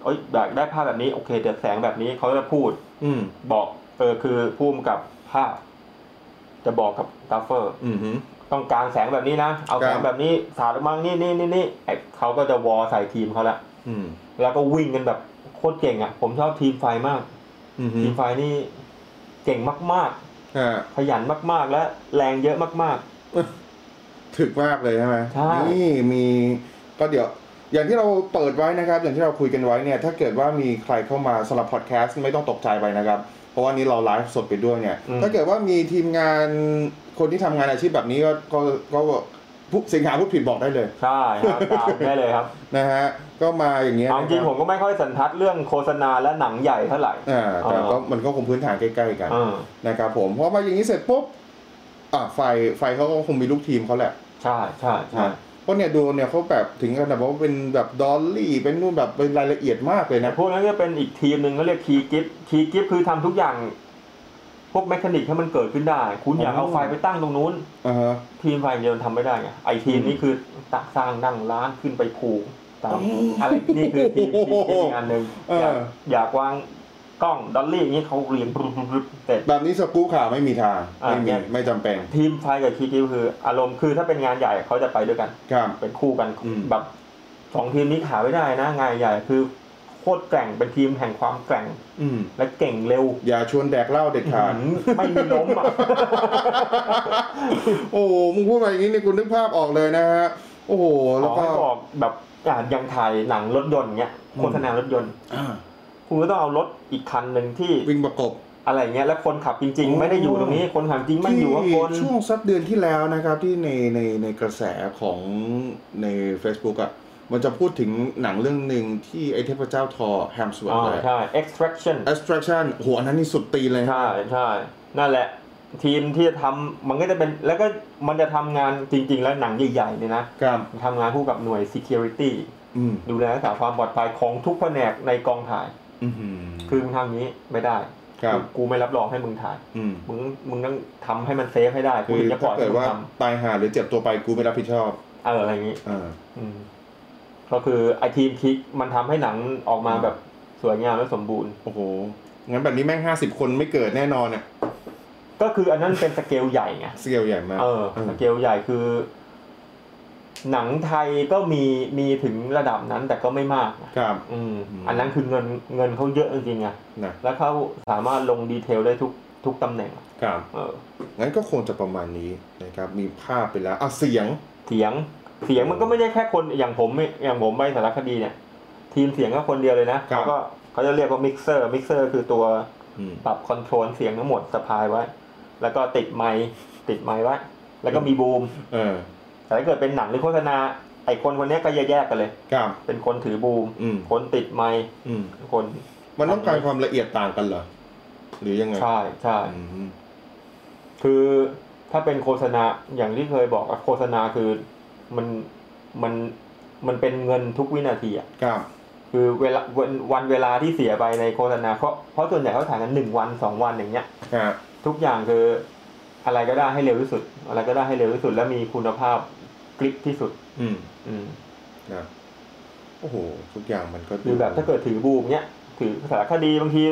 [SPEAKER 2] เอ้ยอยากได้ภาพแบบนี้โอเคเดี๋ยวแสงแบบนี้เขาจะพูด
[SPEAKER 1] อืม
[SPEAKER 2] บอกเออคือพุ่มกับภาพ จะบอกกับกราฟเฟอร์
[SPEAKER 1] อือฮึ
[SPEAKER 2] ต้องการแสงแบบนี้นะ เอาแส
[SPEAKER 1] ครั
[SPEAKER 2] ง
[SPEAKER 1] บ
[SPEAKER 2] แบบนี้สาดออกมังนี่นี่นี่นี่ไอ้เขาก็จะวอใส่ทีมเขาละ
[SPEAKER 1] อืม
[SPEAKER 2] แล้วก็วิ่งกันแบบโคตรเก่งอ่ะ ผมชอบทีมไฟมาก
[SPEAKER 1] อือฮึ
[SPEAKER 2] ทีมไฟนี่เก่งมาก
[SPEAKER 1] อ่า
[SPEAKER 2] ๆ ขยันมากๆ และแรงเยอะมาก
[SPEAKER 1] ถึกมากเลยใช่ไหม
[SPEAKER 2] ใช่
[SPEAKER 1] นี่มีก็เดี๋ยว อย่างที่เราเปิดไว้นะครับ อย่างที่เราคุยกันไว้เนี่ย ถ้าเกิดว่ามีใครเข้ามาสำหรับพอดแคสต์ไม่ต้องตกใจไปนะครับ เพราะว่านี้เราไลฟ์สดไปด้วยเนี่ย
[SPEAKER 2] อืม
[SPEAKER 1] ถ้าเกิดว่ามีทีมงานคนที่ทำงานอาชีพแบบนี้ก็ก็ก็ผู้สิงหาพูดผิดบอกได้เลย
[SPEAKER 2] ๆ ใช่ครับตามได้เลยครับ
[SPEAKER 1] นะฮะ ก็มาอย่างเงี้ย
[SPEAKER 2] เอา
[SPEAKER 1] นะ
[SPEAKER 2] จริง
[SPEAKER 1] ค
[SPEAKER 2] ผ
[SPEAKER 1] รับ
[SPEAKER 2] มก็ไม่ค่อยสันทัดเรื่องโฆษณาและหนังใหญ่เท่าไหร่
[SPEAKER 1] อ่าแต่ก็
[SPEAKER 2] อ่ามั
[SPEAKER 1] มันก็คงพื้นฐานใกล้ๆกัน
[SPEAKER 2] เออ
[SPEAKER 1] นะครับผมเพราะมาอย่างนี้เสร็จปุ๊บอ่าไฟไฟเขาก็คงมีลูกทีมเขาแหละ
[SPEAKER 2] ใช่ใช่ใช่
[SPEAKER 1] เพราะเนี่ยดูเนี่ยเขาแบบถึงขนาดว่าเป็นแบบดอลลี่เป็นนู่นแบบเป็นรายละเอียดมากเลย
[SPEAKER 2] แต่
[SPEAKER 1] นะ
[SPEAKER 2] พวกนั้นก็เป็นอีกทีมหนึ่งเขาเรียกคีกิฟคีกิฟคือทำทุกอย่าง พวกแมคานิกให้มันเกิดขึ้นได้ คุณอยาก
[SPEAKER 1] อ๋อ
[SPEAKER 2] เอาไฟไปตั้งตรงนู้น
[SPEAKER 1] อ่าฮะ
[SPEAKER 2] ทีมไฟอย่างเดียวทำไม่ได้ไงไอทีมนี้คือตักสร้างนั่งร้านขึ้นไปผูกตาม
[SPEAKER 1] อืม
[SPEAKER 2] อะไรนี่คือทีม
[SPEAKER 1] โอ้
[SPEAKER 2] ที
[SPEAKER 1] โห
[SPEAKER 2] มอีกอันหนึ่ง
[SPEAKER 1] เอออ
[SPEAKER 2] ยากอยากวางกล้องดอลลี่อย่างนี้เขาเรียงปรึบปรึบปรึบเสร็จ
[SPEAKER 1] แบบนี้สกู๊ปข่าวไม่มีทาง
[SPEAKER 2] อ่า
[SPEAKER 1] ไม่มี
[SPEAKER 2] เนี่ย
[SPEAKER 1] ไม่จำเป็น
[SPEAKER 2] ทีมไฟกับคีกิฟคือ อารมณ์คือถ้าเป็นงานใหญ่เขาจะไปด้วยกัน
[SPEAKER 1] ครับ
[SPEAKER 2] เป็นคู่กัน
[SPEAKER 1] อืม
[SPEAKER 2] แบบสองทีมนี้ขาไม่ได้นะงานใหญ่คือโคตรแกร่งเป็นทีมแห่งความแกร่ง
[SPEAKER 1] อืม
[SPEAKER 2] และเก่งเร็ว
[SPEAKER 1] อย่าชวนแดกเหล้าเด็ดขาด
[SPEAKER 2] อื้อหือไม่มีล้มอ่ะ
[SPEAKER 1] โอ้โหมึงพูดมาอย่างนี้เนี่ยกูนึกภาพออกเลยนะฮะโอ้โห
[SPEAKER 2] ข
[SPEAKER 1] แล้
[SPEAKER 2] อ
[SPEAKER 1] วก็
[SPEAKER 2] ให้บอกแบบอ่ะอยังถ่ายหนังรถยนต์เงี้ย
[SPEAKER 1] อืม
[SPEAKER 2] โฆษณารถยนต์
[SPEAKER 1] อ่า
[SPEAKER 2] คุณก็ต้องเอารถอีกคันหนึ่งที่
[SPEAKER 1] วิ่งประกบ
[SPEAKER 2] อะไรเงี้ย แล้วคนขับจริง
[SPEAKER 1] โอ้
[SPEAKER 2] ๆ ไม่ได้อยู่ตรงนี้คนขับจริงไม่อยู่ข้างบน
[SPEAKER 1] ช่วงสักเดือนที่แล้วนะครับที่ในในในกระแสของใน Facebook อ่ะมันจะพูดถึงหนังเรื่องหนึ่งที่ไอเทพเจ้าทอแฮมสเวิร์
[SPEAKER 2] อ่า
[SPEAKER 1] เลย
[SPEAKER 2] ใช่ extraction
[SPEAKER 1] Abstraction โหอันนั้นนี่สุดตีนเลยฮะ
[SPEAKER 2] ใช่ใช่นั่นแหละ ทีมที่จะทำมันก็จะเป็นแล้วก็มันจะทำงานจริง ๆ แล้วหนังใหญ่ๆเนี่ยนะครับ ทำงานคู่กับหน่วย security
[SPEAKER 1] อืม
[SPEAKER 2] ดูแลรักษาความปลอดภัยของทุกแผนกในกองถ่าย
[SPEAKER 1] อือหือ
[SPEAKER 2] คือมึงทำอย่างนี้ไม่ได้
[SPEAKER 1] ครับ
[SPEAKER 2] กูกูไม่รับรองให้มึงถ่าย
[SPEAKER 1] อืม
[SPEAKER 2] มึงมึงต้องทำให้มันเซฟให้ได้กู
[SPEAKER 1] คือ
[SPEAKER 2] ถึงจะป
[SPEAKER 1] ถ้า
[SPEAKER 2] ล่อย
[SPEAKER 1] เกิ
[SPEAKER 2] ให้
[SPEAKER 1] ด
[SPEAKER 2] มึง
[SPEAKER 1] ว่า
[SPEAKER 2] ท
[SPEAKER 1] ตายหาหรือเจ็บตัวไปกูไม่รับผิดชอบ
[SPEAKER 2] ำเอออะไรอย่างนี้
[SPEAKER 1] อ่า
[SPEAKER 2] อืมก็คือไอทีมคิกมันทำให้หนังออกมา
[SPEAKER 1] อืม
[SPEAKER 2] แบบสวยงามและสมบูรณ์
[SPEAKER 1] โอ้โห งั้นแบบนี้แม่งห้าสิบคนไม่เกิดแน่นอนเนี่ย
[SPEAKER 2] ก็คืออันนั้นเป็นสเกลใหญ่ไง
[SPEAKER 1] สเกลใหญ่มาก
[SPEAKER 2] เออ
[SPEAKER 1] อืม
[SPEAKER 2] สเกลใหญ่คือ หนังไทยก็มีมีถึงระดับนั้น แต่ก็ไม่มากนะครับ อืม
[SPEAKER 1] อืม
[SPEAKER 2] อันนั้นคือเงินเงินเขาเยอะจริงๆไง
[SPEAKER 1] นะ
[SPEAKER 2] แล้วเขาสามารถลงดีเทลได้ทุกทุกตำแหน่ง
[SPEAKER 1] ครับ
[SPEAKER 2] เออ
[SPEAKER 1] งั้นก็คงจะประมาณนี้นะครับ มีภาพไปแล้วอ่ะเสียง
[SPEAKER 2] เสียงเสียงมันก็ไม่ได้แค่คนอย่างผมเนี่ยอย่างผมไปสารคดีเนี่ย ทีมเสียงก็คนเดียวเลยนะครับ เขาก็เขาจะเรียกว่ามิกเซอร์มิกเซอร์คือตัว
[SPEAKER 1] อืม
[SPEAKER 2] ปรับคอนโทรลเสียงทั้งหมดสะพายไว้ แล้วก็ติดไมค์ติดไมค์ไว้ แล้วก็มีบูม
[SPEAKER 1] เออ
[SPEAKER 2] แต่ถ้าเกิดเป็นหนังหรือโฆษณาไอคนคนเนี้ยก็แยกๆกันเลย
[SPEAKER 1] ครับ
[SPEAKER 2] เป็นคนถือบูม
[SPEAKER 1] อืม
[SPEAKER 2] คนติดไมค์
[SPEAKER 1] อืม
[SPEAKER 2] คน
[SPEAKER 1] มันต้องการความละเอียดต่างกันเหรอ หรือยังไง
[SPEAKER 2] ใช่ใช่
[SPEAKER 1] อืม
[SPEAKER 2] คือถ้าเป็นโฆษณาอย่างที่เคยบอกอะโฆษณาคือมันมันมันเป็นเงินทุกวินาทีอะ
[SPEAKER 1] ครับ
[SPEAKER 2] คือเวลาวันวันเวลาที่เสียไปในโฆษณาเพราะเพราะส่วนใหญ่เขาถ่ายกันหนึ่งวันสองวันอย่างเงี้ย
[SPEAKER 1] ครับ
[SPEAKER 2] ทุกอย่างคือ อะไรก็ได้ให้เร็วที่สุด อะไรก็ได้ให้เร็วที่สุด และมีคุณภาพกริปที่สุด
[SPEAKER 1] อืม
[SPEAKER 2] อืม
[SPEAKER 1] นะโอ้โห ทุกอย่างมันก็
[SPEAKER 2] หรือแบบถ้าเกิดถือบูมเนี้ยถือสารคดีบางที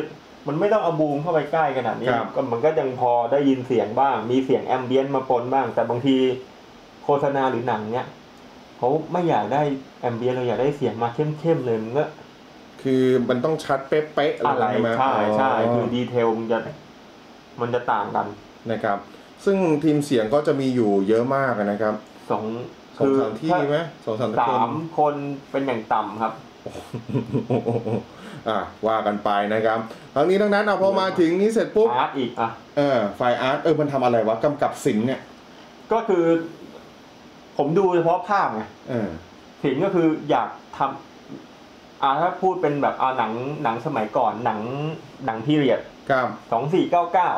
[SPEAKER 2] มันไม่ต้องเอาบูมเข้าไปใกล้ขนาดนี้ก็มันก็ยังพอได้ยินเสียงบ้าง มีเสียงแอมเบียนต์มาปนบ้าง แต่บางทีโฆษณาหรือหนังเนี้ยเขาไม่อยากได้แอมเบียนต์เราอยากได้เสียงมาเข้มๆเลยมันก็
[SPEAKER 1] คือมันต้องชัดเป๊ะๆ
[SPEAKER 2] อะไร
[SPEAKER 1] ใช่ไหม
[SPEAKER 2] ใช่ใช่
[SPEAKER 1] อ๋อ
[SPEAKER 2] คือดีเทลมันจะมันจะต่างกัน
[SPEAKER 1] นะครับ ซึ่งทีมเสียงก็จะมีอยู่เยอะมากนะครับ
[SPEAKER 2] สอง
[SPEAKER 1] สองสามที่ไหมสองสาม
[SPEAKER 2] ถ้า
[SPEAKER 1] คน
[SPEAKER 2] สามคนเป็นอย่างต่ำครับ
[SPEAKER 1] อ่ะว่ากันไปนะครับทั้งนี้ทั้งนั้นเอาพอมาถึงนี้เสร็จปุ๊บ
[SPEAKER 2] อาร์ตอีกอ่ะ
[SPEAKER 1] เออไฟอาร์ตเออมันทำอะไรวะกำกับสินเนี่ย
[SPEAKER 2] ก็คือ ผมดูเฉพาะภาพไง
[SPEAKER 1] เออ
[SPEAKER 2] ถึงก็คืออยากทำอ่าถ้าพูดเป็นแบบเอาหนังหนังสมัยก่อนหนังหนังพีเรียด
[SPEAKER 1] ครับ
[SPEAKER 2] สองสี่เก้าเก้า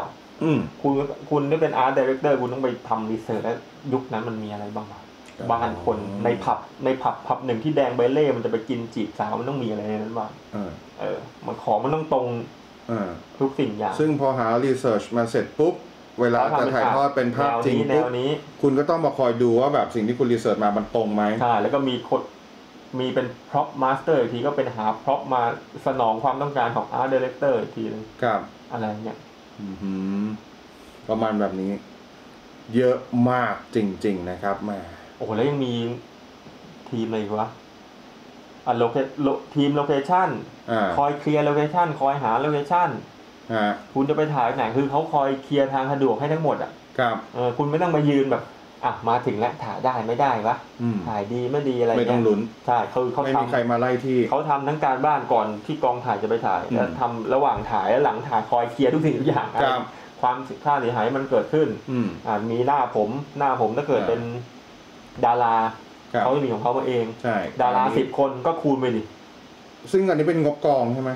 [SPEAKER 1] อืม
[SPEAKER 2] คุณคุณได้เป็นอาร์ตดีเรคเตอร์ คุณต้องไปทำรีเสิร์ชแล้วยุคนั้นมันมีอะไรบ้างวะ
[SPEAKER 1] ครับ
[SPEAKER 2] บ้านคนในผับในผับผับหนึ่งที่แดงใบเล่มันจะไปกินจีบสาวมันต้องมีอะไรในนั้นบ้าง
[SPEAKER 1] เออ
[SPEAKER 2] เออ มันของมันต้องตรง
[SPEAKER 1] เออ
[SPEAKER 2] ทุกสิ่งอย่าง
[SPEAKER 1] ซึ่งพอหารีเสิร์ชมาเสร็จปุ๊บ เวลาจะถ่ายทอดเป็นภาพจริง
[SPEAKER 2] แน
[SPEAKER 1] ปุ๊บ
[SPEAKER 2] วนี้
[SPEAKER 1] คุณก็ต้องมาคอยดูว่าแบบสิ่งที่คุณรีเสิร์ชมามันตรงไหม
[SPEAKER 2] ใช่ แล้วก็มีคนมีเป็น prop master อีกทีก็เป็นหา prop มาสนองความต้องการของ art director อีกทีนึง
[SPEAKER 1] ครับ
[SPEAKER 2] อะไรเงี้ย
[SPEAKER 1] อื้อหือประมาณแบบนี้ เยอะมากจริง ๆ นะครับแหม่
[SPEAKER 2] โอ้โหแล้วยังมีทีมอะไรอีกวะอ่ะโลเคทีมโลเคชั่น
[SPEAKER 1] อ่า
[SPEAKER 2] คอยเคลียร์โลเคชั่นคอยหาโลเคชั่น
[SPEAKER 1] ฮะ
[SPEAKER 2] คุณจะไปถ่ายไหนคือเขาคอยเคลียร์ทางสะดวกให้ทั้งหมดอ่ะ
[SPEAKER 1] ครับ
[SPEAKER 2] เออคุณไม่ต้องมายืนแบบ อ่ะ มาถึงแล้วถ่ายได้ไม่ได้วะ
[SPEAKER 1] อืม
[SPEAKER 2] ถ่ายดีไม่ดีอะไร
[SPEAKER 1] ไม่
[SPEAKER 2] เงี้ย
[SPEAKER 1] ต้องลุ้น
[SPEAKER 2] ใช่เขาเขา
[SPEAKER 1] ไม่มี
[SPEAKER 2] ทำ
[SPEAKER 1] ใครมาไล่ที่
[SPEAKER 2] เขาทำทั้งการบ้านก่อนที่กองถ่ายจะไปถ่าย
[SPEAKER 1] อืม
[SPEAKER 2] แล้วทำระหว่างถ่ายและหลังถ่ายคอยเคลียร์ทุกสิ่งทุกอย่าง
[SPEAKER 1] ครับ
[SPEAKER 2] ความค่าเสียหายมันเกิดขึ้น
[SPEAKER 1] อืม
[SPEAKER 2] อ่ามีหน้าผมหน้าผมถ้าเกิด
[SPEAKER 1] อ่า
[SPEAKER 2] เป็นดารา
[SPEAKER 1] ครับ
[SPEAKER 2] เขาจะมีของเขามาเอง
[SPEAKER 1] ใช่
[SPEAKER 2] ดารา
[SPEAKER 1] อันนี้
[SPEAKER 2] สิบคนก็คูณไปดิ
[SPEAKER 1] ซึ่งอันนี้เป็นงบกองใช่ไหม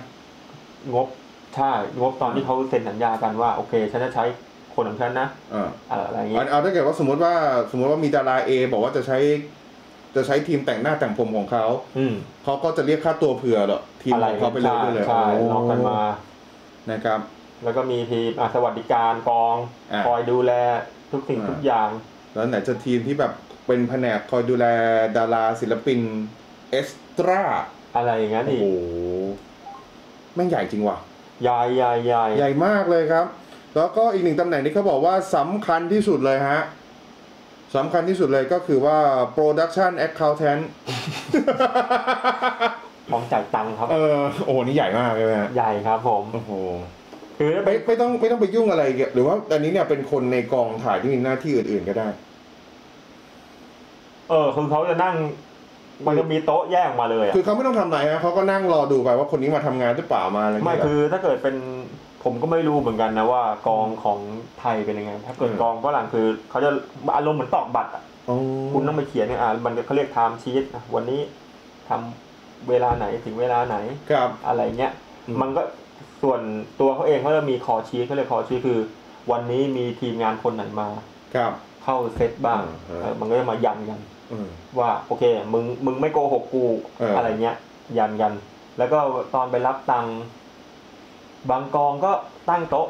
[SPEAKER 2] งบใช่งบตอนที่เขาเซ็นสัญญากันว่าโอเคฉันจะใช้คนของฉันนะ
[SPEAKER 1] อ่า
[SPEAKER 2] เอ่ออะไรอย่างเงี้ย
[SPEAKER 1] เอาถ้าเกิดว่าสมมติว่าสมมติว่ามีดารา A บอกว่าจะใช้ จะใช้ทีมแต่งหน้าแต่งผมของเขา
[SPEAKER 2] อืม
[SPEAKER 1] เขาก็จะเรียกค่าตัวเผื่อเหรอทีม
[SPEAKER 2] อะไร
[SPEAKER 1] ของเขาไปเลย
[SPEAKER 2] ใช่
[SPEAKER 1] ด้วยเลย
[SPEAKER 2] ใช่
[SPEAKER 1] โ
[SPEAKER 2] ลอกกันมา
[SPEAKER 1] นะครับ
[SPEAKER 2] แล้วก็มีทีมอ่ะสวัสดิการกอง
[SPEAKER 1] อ่า
[SPEAKER 2] คอยดูแลทุกสิ่ง
[SPEAKER 1] อ่า
[SPEAKER 2] ทุกอย่าง
[SPEAKER 1] แล้วไหนจะทีมที่แบบเป็นแผนกคอยดูแลดาราศิลปินเอ็กซ์ตร้า
[SPEAKER 2] อะไรอย่างเงี้ย
[SPEAKER 1] โอ้
[SPEAKER 2] อีก
[SPEAKER 1] โหแม่งใหญ่จริงว่ะ
[SPEAKER 2] ยายยายยาย
[SPEAKER 1] ใหญ่มากเลยครับ แล้วก็อีกหนึ่งตำแหน่งที่เขาบอกว่าสำคัญที่สุดเลยฮะสำคัญที่สุดเลยก็คือว่า production accountant
[SPEAKER 2] ของจ่ายตังค์ครับ
[SPEAKER 1] เออโอ้โหนี่ใหญ่มากเลยนะฮะ
[SPEAKER 2] ใหญ่ครับผม
[SPEAKER 1] โอ้โห
[SPEAKER 2] คือถ้าเป็
[SPEAKER 1] ไม่
[SPEAKER 2] น
[SPEAKER 1] ไม่ต้องไม่ต้องไปยุ่งอะไรเกี่ยวหรือว่าอันนี้เนี่ยเป็นคนในกองถ่ายที่มีหน้าที่อื่นๆก็ได้
[SPEAKER 2] เออคือเขาจะนั่ง มันจะมีโต๊ะแยกมาเลยอะ
[SPEAKER 1] คือเขาไม่ต้องทำอะไรฮะเขาก็นั่งรอดูไปว่าคนนี้มาทำงานหรือเปล่ามาอะไร
[SPEAKER 2] ไม่
[SPEAKER 1] เงี้ยเหรอ
[SPEAKER 2] คือถ้าเกิดเป็นผมก็ไม่รู้เหมือนกันนะว่ากองของไทยเป็นยังไง ถ้าเกิด
[SPEAKER 1] อืม
[SPEAKER 2] กองฝรั่งคือเขาจะอารมณ์เหมือนตอกบัตรอะ
[SPEAKER 1] โอ้
[SPEAKER 2] คุณต้องไปเขียนเนี่ยอ่ะมันเขาเรียกไทม์ชีตวันนี้ทำเวลาไหนถึงเวลาไหน
[SPEAKER 1] ครับ
[SPEAKER 2] อะไรเงี้ย
[SPEAKER 1] อืม
[SPEAKER 2] มันก็ส่วนตัวเขาเองเขาจะมีคอชีตเขาเรียกคอชีตคือ วันนี้มีทีมงานคนไหนมา
[SPEAKER 1] ครับ
[SPEAKER 2] เข้าเซตบ้าง
[SPEAKER 1] อ่าฮะ
[SPEAKER 2] เออมันก็จะมายันกัน
[SPEAKER 1] อืม
[SPEAKER 2] ว่าโอเคมึงมึงไม่โกหกกู
[SPEAKER 1] เอออ
[SPEAKER 2] อะไรเงี้ย ยันกัน แล้วก็ตอนไปรับตังค์บางกองก็ตั้งโต๊ะ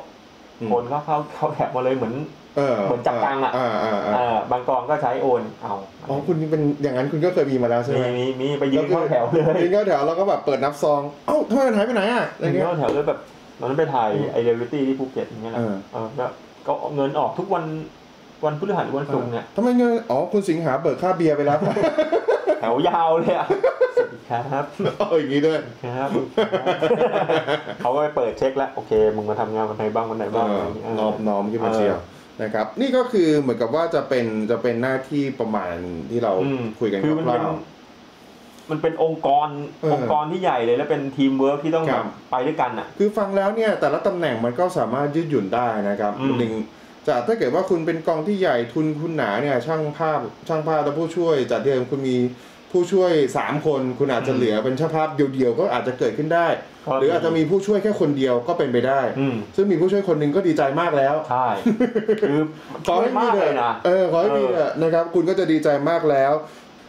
[SPEAKER 2] คนก็เข้าเข้าแถบมาเลยเหมือน
[SPEAKER 1] เออ
[SPEAKER 2] เหมือนจับตังค์อะ
[SPEAKER 1] อ่าอ่าอ่า
[SPEAKER 2] เออบางกองก็ใช้โอน เอา
[SPEAKER 1] อ๋อคุณเป็นอย่างนั้นคุณก็เคยมีมาแล้วใช่
[SPEAKER 2] มี
[SPEAKER 1] ไหม
[SPEAKER 2] มีมีไปยืนเข้าแถวเลย
[SPEAKER 1] ยิงเข้าแถวแล้วก็แบบเปิดนับซอง เอ้าทำไมมันหายไปไหนอ่ะอะไร
[SPEAKER 2] ยืน
[SPEAKER 1] เงี้ย
[SPEAKER 2] เข้าแถวเลยแบบตอนนั้นไปถ่ายไอเรียลิตี้ที่ภูเก็ตอย่างเงี้ยแหละ
[SPEAKER 1] เออ
[SPEAKER 2] เออก็ก็เอาเงินออกทุกวันวันพฤหัสหรือวันศุกร์เนี่ย
[SPEAKER 1] ทำไมเงินอ๋อคุณสิงหาเบิกค่าเบียร์ไปแล้ว
[SPEAKER 2] แถวยาวเลย อะสวัสดีครับ
[SPEAKER 1] เอาอย่างนี้ด้วย
[SPEAKER 2] ครับ เขาก็ไปเปิดเช็คแล้วโอเค มึงมาทำงานวันไหนบ้างวันไหน
[SPEAKER 1] เอ
[SPEAKER 2] บ้างะ
[SPEAKER 1] อ
[SPEAKER 2] ไรย่างเงี้ย
[SPEAKER 1] นอบน้อมขึ้นมาเชียวนะครับ นี่ก็คือเหมือนกับว่าจะเป็นจะเป็นหน้าที่ประมาณที่เรา
[SPEAKER 2] อืม
[SPEAKER 1] คุยกัน
[SPEAKER 2] คือ
[SPEAKER 1] ค
[SPEAKER 2] มันเป็
[SPEAKER 1] ร่าน ว
[SPEAKER 2] มันเป็นองค์กร
[SPEAKER 1] เออ
[SPEAKER 2] องค์กรที่ใหญ่เลยแล้วเป็นทีมเวิร์กที่ต้อง
[SPEAKER 1] ค
[SPEAKER 2] แบ
[SPEAKER 1] รั
[SPEAKER 2] บบ ไปด้วยกันอ่ะ
[SPEAKER 1] ๆคือฟังแล้วเนี่ย แต่ละตำแหน่งมันก็สามารถยืดหยุ่นได้นะครับ
[SPEAKER 2] อืม
[SPEAKER 1] หนึ่งจากถ้าเกิดว่าคุณเป็นกองที่ใหญ่ทุนคุณหนาเนี่ย ช่างภาพช่างภาพและผู้ช่วยจากเดิมคุณมีผู้ช่วยสามคน คุณอาจจะเหลือเป็นช่างภาพเดียวๆก็อาจจะเกิดขึ้นได้ หรืออาจจะมีผู้ช่วยแค่คนเดียวก็เป็นไปได้
[SPEAKER 2] อืม
[SPEAKER 1] ซึ่งมีผู้ช่วยคนหนึ่งก็ดีใจมากแล้ว
[SPEAKER 2] ใช่คือ
[SPEAKER 1] ขอให้มี
[SPEAKER 2] มาก
[SPEAKER 1] เถ
[SPEAKER 2] เลยนะ
[SPEAKER 1] อะเออขอให้มีเถอะนะครับ คุณก็จะดีใจมากแล้ว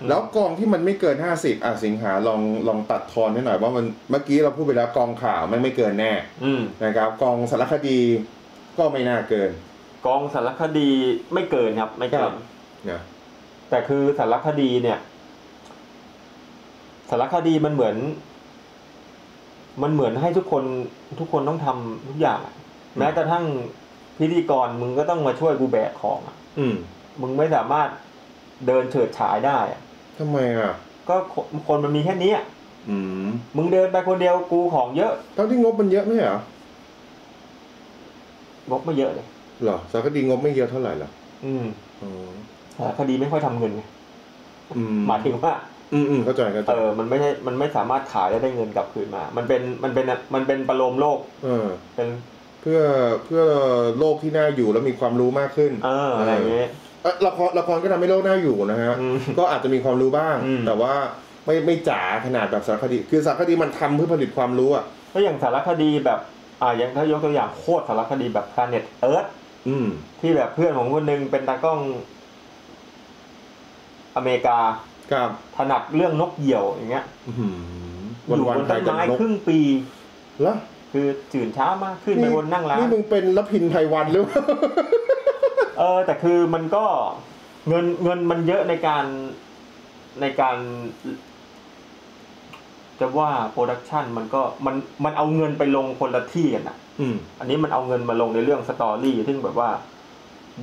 [SPEAKER 2] อืม
[SPEAKER 1] แล้วกองที่มันไม่เกิน 50อ่ะสิงหาลองลองตัดทอนให้หน่อยว่ามันเมื่อกี้เราพูดไปแล้วกองข่าวมันไม่เกินแน่
[SPEAKER 2] อืม
[SPEAKER 1] นะครับ กองสารคดีก็ไม่น่าเกิน
[SPEAKER 2] กองสารคดีไม่เกินครับ ไม่เกิน
[SPEAKER 1] ครับ เนี่ย
[SPEAKER 2] แต่คือสารคดีเนี่ย สารคดีมันเหมือน มันเหมือนให้ทุกคนทุกคนต้องทำทุกอย่างอะแม้กระทั่งพิธีกรมึงก็ต้องมาช่วยกูแบกของอะ
[SPEAKER 1] อืม
[SPEAKER 2] มึงไม่สามารถเดินเฉิดฉายได้อะ
[SPEAKER 1] ทำไมอ่ะ
[SPEAKER 2] ก็คนคนมันมีแค่นี้อะ
[SPEAKER 1] อืม
[SPEAKER 2] มึงเดินไปคนเดียวกูของเยอะ
[SPEAKER 1] เท่าที่งบมันเยอะไหมเหรอ
[SPEAKER 2] ลบไม่เยอะเลย
[SPEAKER 1] เหรอสารคดีงบไม่เยอะเท่าไหร่เหรอ
[SPEAKER 2] อืม
[SPEAKER 1] อ๋อ
[SPEAKER 2] สารคดีไม่ค่อยทำเงินไง
[SPEAKER 1] อืม
[SPEAKER 2] หมายถึงว่า
[SPEAKER 1] อืมอืมเข้าใจเข้าใจ
[SPEAKER 2] เออ มันไม่ใช่มันไม่สามารถขายแล้วได้เงินกลับคืนมา มันเป็น มันเป็น มันเป็นประโลมโลก
[SPEAKER 1] เออ
[SPEAKER 2] เป็น
[SPEAKER 1] เพื่อเพื่อโลกที่น่าอยู่แล้วมีความรู้มากขึ้น
[SPEAKER 2] เออ อะไรอย่างเงี้ย
[SPEAKER 1] เอ่อละครละครก็ทำให้โลกน่าอยู่นะฮะ
[SPEAKER 2] อืม
[SPEAKER 1] ก็อาจจะมีความรู้บ้าง
[SPEAKER 2] อืม
[SPEAKER 1] แต่ว่าไม่ไม่จ๋าขนาดแบบสารคดี คือสารคดีมันทำเพื่อผลิตความรู้อ่ะ
[SPEAKER 2] ก็อย่างสารคดีแบบ อ่าอย่างถ้ายกตัวอย่างโคตรสารคดีแบบ planet earth
[SPEAKER 1] อืม
[SPEAKER 2] ที่แบบเพื่อนของคนหนึงเป็นตากล้อง อเมริกา
[SPEAKER 1] ครับ
[SPEAKER 2] ถนัดเรื่องนกเหยี่ยวอย่างเงี้ย
[SPEAKER 1] อื้อหือ
[SPEAKER 2] อยู่
[SPEAKER 1] วัน
[SPEAKER 2] บน
[SPEAKER 1] ๆ
[SPEAKER 2] ต้
[SPEAKER 1] ถ่าน ยแต่
[SPEAKER 2] ไม้
[SPEAKER 1] นก
[SPEAKER 2] ครึ่งปี
[SPEAKER 1] แล้ว
[SPEAKER 2] คือตื่นเช้ามากขึ้นไปบนนั่งร้าน
[SPEAKER 1] นี่มึงเป็นละพินไพวันหรือเปล่า
[SPEAKER 2] เออ แต่คือมันก็เงินเงินมันเยอะในการในการ จะว่าโปรดักชันมันก็มันมันเอาเงินไปลงคนละที่กันอะ
[SPEAKER 1] อืม
[SPEAKER 2] อันนี้มันเอาเงินมาลงในเรื่องสตอรี่ซึ่งแบบว่า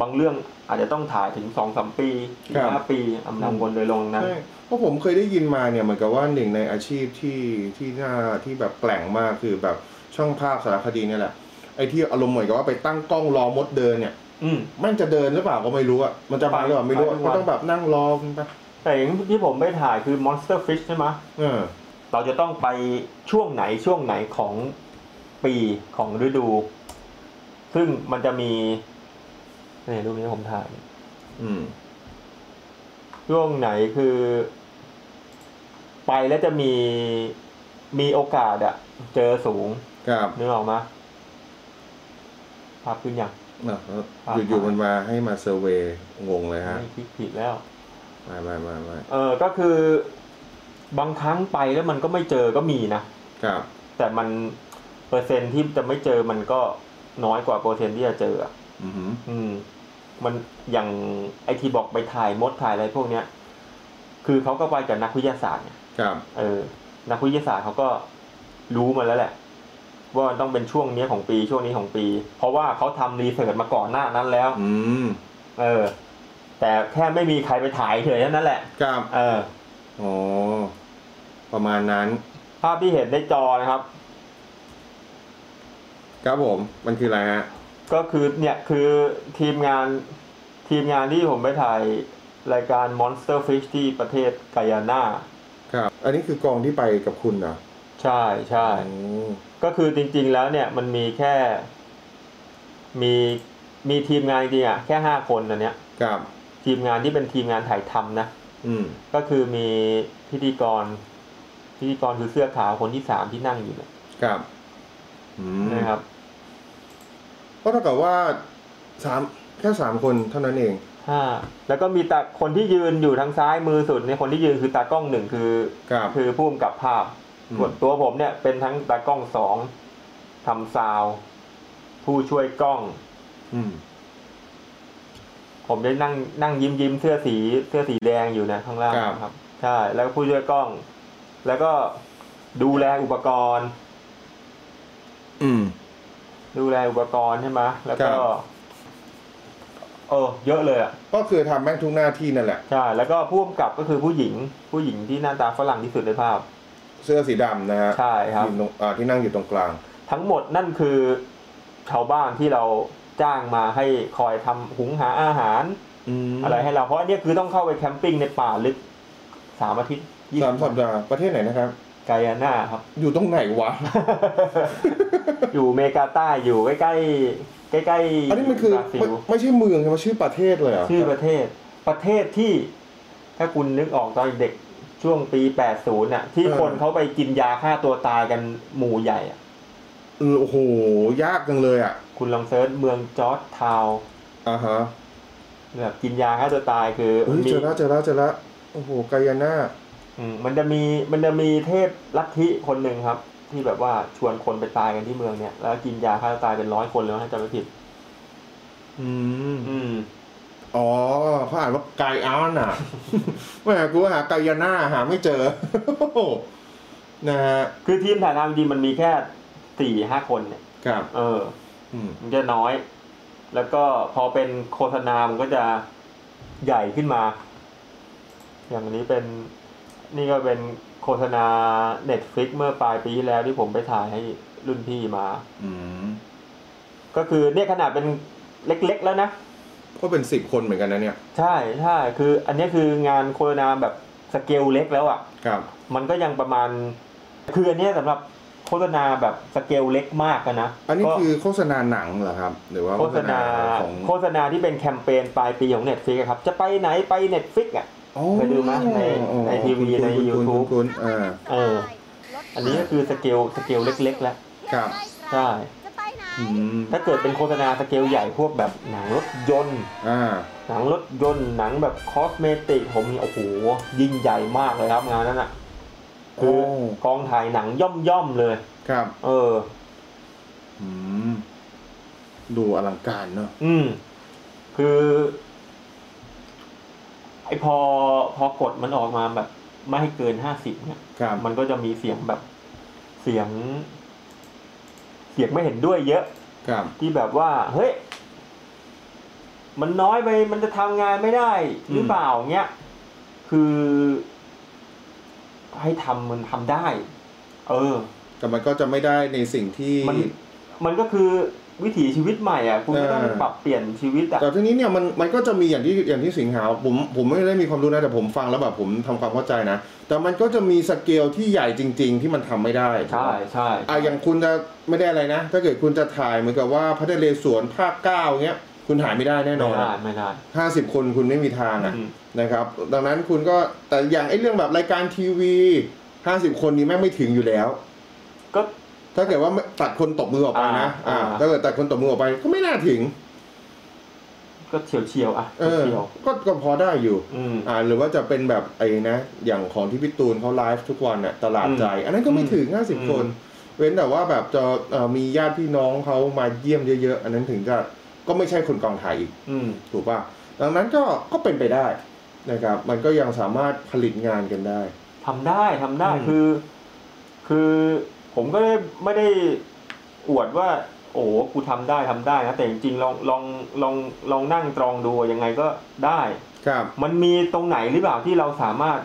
[SPEAKER 2] บางเรื่องอาจจะต้องถ่ายถึงสองสามปี
[SPEAKER 1] ครับ
[SPEAKER 2] ห้าปีอำนำวนเลยลงนั้น
[SPEAKER 1] ใช่เพราะผมเคยได้ยินมาเนี่ยเหมือนกับว่าหนึ่งในอาชีพที่ที่น่าที่แบบแปลงมากคือแบบช่างภาพสารคดีเนี่ยแหละไอ้ที่อารมณ์เหมือนกับว่าไปตั้งกล้องรอมดเดินเนี่ย
[SPEAKER 2] อืม
[SPEAKER 1] แมันจะเดินหรือเปล่าก็ไม่รู้อะมันจะมาหรือเปล่าไม่รู้อะ
[SPEAKER 2] ไป
[SPEAKER 1] ก็
[SPEAKER 2] ทุกวัน
[SPEAKER 1] ต้องแบบนั่งรอมันไป
[SPEAKER 2] แต่อย่างที่ผมไปถ่ายคือ Monster Fish ใช่ไหมะ
[SPEAKER 1] เออ
[SPEAKER 2] เราจะต้องไปช่วงไหนช่วงไหนของปีของฤดู ซึ่งมันจะมีนี่รูปนี้ผมถ่าย
[SPEAKER 1] อืม
[SPEAKER 2] ช่วงไหนคือ ไปแล้วจะมีมีโอกาสอะเจอสูง
[SPEAKER 1] ครับ
[SPEAKER 2] นึกออกมาภาพขึ้นยัง
[SPEAKER 1] อ่ะ
[SPEAKER 2] ครับ
[SPEAKER 1] อยู่ๆมันมาให้มาเซอร์เวย์งงเลยฮะ
[SPEAKER 2] ไม่คิดผิดแล้ว
[SPEAKER 1] มามามามา
[SPEAKER 2] เออก็คือบางครั้งไปแล้วมันก็ไม่เจอก็มีนะ
[SPEAKER 1] ครับ
[SPEAKER 2] แต่มันเปอร์เซ็นต์ที่จะไม่เจอมันก็น้อยกว่าเปอร์เซ็นต์ที่จะเจออะ
[SPEAKER 1] อือหือ
[SPEAKER 2] อืมมันอย่างไอที่บอกไปถ่ายมดถ่ายอะไรพวกเนี้ย คือเขาก็ไปกับนักวิทยาศาสตร์ไง
[SPEAKER 1] ครับ
[SPEAKER 2] เออ นักวิทยาศาสตร์เขาก็รู้มาแล้วแหละ ว่ามันต้องเป็นช่วงเนี้ยของปีช่วงนี้ของปี เพราะว่าเขาทำรีเสิร์ชมาก่อนหน้านั้นแล้ว
[SPEAKER 1] อืม
[SPEAKER 2] เออ แต่แค่ไม่มีใครไปถ่ายเฉยๆนั่นแหละ
[SPEAKER 1] ครับ
[SPEAKER 2] เออ
[SPEAKER 1] อ๋อประมาณนั้น
[SPEAKER 2] ภาพที่เห็นในจอนะครับ
[SPEAKER 1] ครับผมมันคืออะไรฮะ
[SPEAKER 2] ก็คือเนี่ยคือทีมงานทีมงานที่ผมไปถ่ายรายการ Monster Fish ที่ประเทศไกยาน่า
[SPEAKER 1] ครับ อันนี้คือกองที่ไปกับคุณเหรอ
[SPEAKER 2] ใช่ใช่
[SPEAKER 1] อืม
[SPEAKER 2] ก็คือจริงๆแล้วเนี่ยมันมีแค่ มีมีทีมงานจริงๆอะแค่ห้าคนอันเนี้ย
[SPEAKER 1] ครับ
[SPEAKER 2] ทีมงานที่เป็นทีมงานถ่ายทำนะ
[SPEAKER 1] อืม
[SPEAKER 2] ก็คือมีพิธีกร พิธีกรคือเสื้อขาวคนที่สามที่นั่งอยู่เนย
[SPEAKER 1] ครับ อืม
[SPEAKER 2] นะครับ
[SPEAKER 1] ก็เท่ากับว่าสามแค่สามคนเท่านั้นเอง
[SPEAKER 2] ห้า แล้วก็มีตาคนที่ยืนอยู่ทางซ้ายมือสุดเนี่ยคนที่ยืนคือตากล้องหนึ่งคือ
[SPEAKER 1] ครับ
[SPEAKER 2] คือผู้กำกับภาพ
[SPEAKER 1] อืม
[SPEAKER 2] ส่วนตัวผมเนี่ยเป็นทั้งตากล้องสองทำซาวด์ผู้ช่วยกล้อง
[SPEAKER 1] อืม
[SPEAKER 2] ผมได้นั่งนั่งยิ้มยิ้มเสื้อสีเสื้อสีแดงอยู่นะข้างล่าง
[SPEAKER 1] ครับ
[SPEAKER 2] ครับ ใช่แล้วก็ผู้ช่วยกล้อง แล้วก็ดูแลอุปกรณ์
[SPEAKER 1] อืม
[SPEAKER 2] ดูแลอุปกรณ์ใช่ไหมแล้ว
[SPEAKER 1] ค
[SPEAKER 2] ก็
[SPEAKER 1] รับ
[SPEAKER 2] เออ เยอะเลยอ่ะ
[SPEAKER 1] ก็คือทำแม่งทุกหน้าที่นั่นแหละ
[SPEAKER 2] ใช่แล้วก็ผู้กำกับก็คือผู้หญิง ผู้หญิงที่หน้าตาฝรั่งที่สุดในภาพ
[SPEAKER 1] เสื้อสีดำนะฮะ
[SPEAKER 2] ใช่ครับ
[SPEAKER 1] อยู่ตรงอ่าที่นั่งอยู่ตรงกลาง
[SPEAKER 2] ทั้งหมดนั่นคือชาวบ้านที่เราจ้างมาให้คอยทำหุงหาอาหาร
[SPEAKER 1] อืม
[SPEAKER 2] อะไรให้เราเพราะอันเนี้ยคือต้องเข้าไปแคมปิ้งในป่าลึกสามอาทิตย์ยี่
[SPEAKER 1] สา
[SPEAKER 2] สิ
[SPEAKER 1] ม
[SPEAKER 2] บ
[SPEAKER 1] สั
[SPEAKER 2] วั
[SPEAKER 1] ป
[SPEAKER 2] น
[SPEAKER 1] ดาห์ประเทศไหนนะครับ
[SPEAKER 2] ไกายาน่าครับ
[SPEAKER 1] อยู่ตรงไหนวะ
[SPEAKER 2] อยู่อเมริกาใต้อยู่ใกล้ใกล้ใกล้ใกล้ๆ
[SPEAKER 1] อันนี้มันคือบ
[SPEAKER 2] ราซิ
[SPEAKER 1] ไม่
[SPEAKER 2] ล
[SPEAKER 1] ไม่ใช่เมืองใช่ไหมชื่อประเทศเลยเหรอ่ะ
[SPEAKER 2] ชื่อประเทศ ประเทศที่ ถ้าคุณนึกออกตอนเด็กช่วงปี 80น่ะ ที่คนเขาไปกินยาฆ่าตัวตายกันหมู่ใหญ่อะ
[SPEAKER 1] โอ้โห ยากจังเลยอ่ะ
[SPEAKER 2] คุณลองเซิร์ชเมืองจอร์จทาวน์
[SPEAKER 1] อ่าฮะ
[SPEAKER 2] แบบกินยาฆ่าตัวตายคือ
[SPEAKER 1] เฮ้ย
[SPEAKER 2] มี
[SPEAKER 1] เจอแล้วเจอแล้วเจอแล้วโอ้โหกายาน่า
[SPEAKER 2] อืมมันจะมีมันจะมีเทพลัทธิคนหนึ่งครับ ที่แบบว่าชวนคนไปตายกันที่เมืองเนี่ยแล้วกินยาฆ่าตัวตายเป็นร้อยคนแล้วถ้าจำไม่ผิด
[SPEAKER 1] อืม
[SPEAKER 2] อืม
[SPEAKER 1] อ๋อเขาอ่านว่าไกอาน่ะ แหมกูหาไกายาน่าหาไม่เจอ นะฮะ
[SPEAKER 2] คือทีมถ่ายทำจริงๆมันมีแค่สี่ห้าคนเนี่ย
[SPEAKER 1] ครับ
[SPEAKER 2] เออ
[SPEAKER 1] อืม
[SPEAKER 2] มันจะน้อย แล้วก็พอเป็นโฆษณา มันก็จะใหญ่ขึ้นมา อย่างนี้เป็น นี่ก็เป็นโฆษณา Netflix เมื่อปลายปีที่แล้วที่ผมไปถ่ายให้รุ่นพี่มา
[SPEAKER 1] อืม
[SPEAKER 2] ก็คือเนี่ยขนาดเป็นเล็กๆแล้วนะ
[SPEAKER 1] ก็เป็นสิบคนเหมือนกันนะเนี่ย
[SPEAKER 2] ใช่ใช่คือ อันนี้คืองานโฆษณาแบบสเกลเล็กแล้วอะ่ะ
[SPEAKER 1] ครับ
[SPEAKER 2] มันก็ยังประมาณ คืออันเนี้ยสำหรับโฆษณาแบบสเกลเล็กมากอะนะ
[SPEAKER 1] อันนี้
[SPEAKER 2] ก็
[SPEAKER 1] คือโฆษณาหนังเหรอครับ หรือว่า
[SPEAKER 2] โฆษณา
[SPEAKER 1] ของ
[SPEAKER 2] โฆษณาที่เป็นแคมเปญปลายปีของ Netflix อะครับ จะไปไหนไป Netflix อ่ะ
[SPEAKER 1] อ๋อ
[SPEAKER 2] เคยดูไหมในในทีวีใน
[SPEAKER 1] คุ้ๆ
[SPEAKER 2] YouTube
[SPEAKER 1] คุ้นๆเออ
[SPEAKER 2] เอออั
[SPEAKER 3] อั
[SPEAKER 2] น
[SPEAKER 3] น
[SPEAKER 2] นี้
[SPEAKER 3] นี้
[SPEAKER 2] ก็
[SPEAKER 3] ก็
[SPEAKER 2] คื
[SPEAKER 3] คือ อ
[SPEAKER 2] ส
[SPEAKER 3] ส
[SPEAKER 2] เก
[SPEAKER 3] เก
[SPEAKER 2] ล
[SPEAKER 3] ล
[SPEAKER 2] ส
[SPEAKER 3] ส
[SPEAKER 2] เก
[SPEAKER 3] เก
[SPEAKER 2] ล
[SPEAKER 3] ล
[SPEAKER 2] เล็
[SPEAKER 3] เล็
[SPEAKER 2] ก
[SPEAKER 3] ก
[SPEAKER 2] ๆ
[SPEAKER 3] ๆ
[SPEAKER 2] แล้
[SPEAKER 3] แล้ว ว
[SPEAKER 1] ครับ
[SPEAKER 3] ใช่
[SPEAKER 1] อืม
[SPEAKER 2] ถ้าเกิดเป็นโฆษณาสเกลใหญ่พวกแบบหนังรถยนต์
[SPEAKER 1] อ่า
[SPEAKER 2] หนังรถยนต์หนังแบบคอสเมติกผมนี่โอ้โห ยิ่งใหญ่มากเลยครับงานนั้นอ่ะ คือ
[SPEAKER 1] โอ้
[SPEAKER 2] กองถ่ายหนังย่อมย่อมๆเลย
[SPEAKER 1] ครับ
[SPEAKER 2] เออ
[SPEAKER 1] อืม ดูอลังการเนอะ
[SPEAKER 2] อืม คือไอพอพอกฎมันออกมาแบบ ไม่ให้เกินห้าสิบเนี่ย
[SPEAKER 1] ครับ
[SPEAKER 2] มันก็จะมีเสียงแบบเสียง เสียงไม่เห็นด้วยเยอะ
[SPEAKER 1] ครับ
[SPEAKER 2] ที่แบบว่า เฮ้ย มันน้อยไปมันจะทำงานไม่ได้ หรือเปล่าเงี้ยคือ ให้ทำมันทำได้ เออ
[SPEAKER 1] แต่มันก็จะไม่ได้ในสิ่งที่
[SPEAKER 2] มัน มันก็คือวิถีชีวิตใหม่อ่ะ คุณก็ต้อง
[SPEAKER 1] เออ
[SPEAKER 2] ปรับเปลี่ยนชีวิตอ่ะ
[SPEAKER 1] แต่ทีนี้เนี่ยมันมันก็จะมีอย่างที่อย่างที่สิงหาผมผมไม่ได้มีความรู้นะ แต่ผมฟังแล้วแบบผมทำความเข้าใจนะ แต่มันก็จะมีสเกลที่ใหญ่จริง ๆ ที่มันทำไม่ได้
[SPEAKER 2] ใช่ใช่
[SPEAKER 1] อ่ะอย่างคุณจะไม่ได้อะไรนะ ถ้าเกิดคุณจะถ่ายเหมือนกับว่าพระนเรศวรภาคเก้าเงี้ย คุณถ่ายไม่ได้แน่น
[SPEAKER 2] ไม่
[SPEAKER 1] อน
[SPEAKER 2] ได้ไม่ได้
[SPEAKER 1] ห้าสิบคนคุณไม่มีทางอ่ะ
[SPEAKER 2] อืม
[SPEAKER 1] นะครับ ดังนั้นคุณก็แต่อย่างไอ้เรื่องแบบรายการทีวีห้าสิบคนนี้แม่งไม่ถึงอยู่แล้ว
[SPEAKER 2] ก็
[SPEAKER 1] ถ้าเกิดว่าไม่ตัดคนตบมือออกไปนะ
[SPEAKER 2] อ่า
[SPEAKER 1] อ่า
[SPEAKER 2] อ่า
[SPEAKER 1] ถ้าเกิดตัดคนตบมือออกไปก็ไม่น่าถึง
[SPEAKER 2] ก็เฉียวเฉียวๆอ่ะ
[SPEAKER 1] เออ
[SPEAKER 2] เฉียว
[SPEAKER 1] ก็ก็พอได้อยู่
[SPEAKER 2] ๆอืม
[SPEAKER 1] อ่าหรือว่าจะเป็นแบบไอ้นะ อย่างของที่พี่ตูนเขาไลฟ์ทุกวันน่ะตลาดใจ อันนั้นก็ไม่ถึง
[SPEAKER 2] ม
[SPEAKER 1] 50 คน เว้นแต่ว่าแบบจะเอ่อมีญาติพี่น้องเขามาเยี่ยมเยอะๆ อันนั้นถึงจะก็ไม่ใช่คนกองถ่ายอีก
[SPEAKER 2] อืม
[SPEAKER 1] ถูกป่ะ ดังนั้นก็ก็เป็นไปได้นะครับ มันก็ยังสามารถผลิตงานกันได้
[SPEAKER 2] ทำได้ทำได้
[SPEAKER 1] อืม
[SPEAKER 2] คือ คือผมก็ได้ไม่ได้อวดว่า โอ้โหกูทำได้ทำได้นะแต่จริงๆลองลองลองลองนั่งตรองดูยังไงก็ได้
[SPEAKER 1] ครับ
[SPEAKER 2] มันมีตรงไหนหรือเปล่าที่เราสามารถ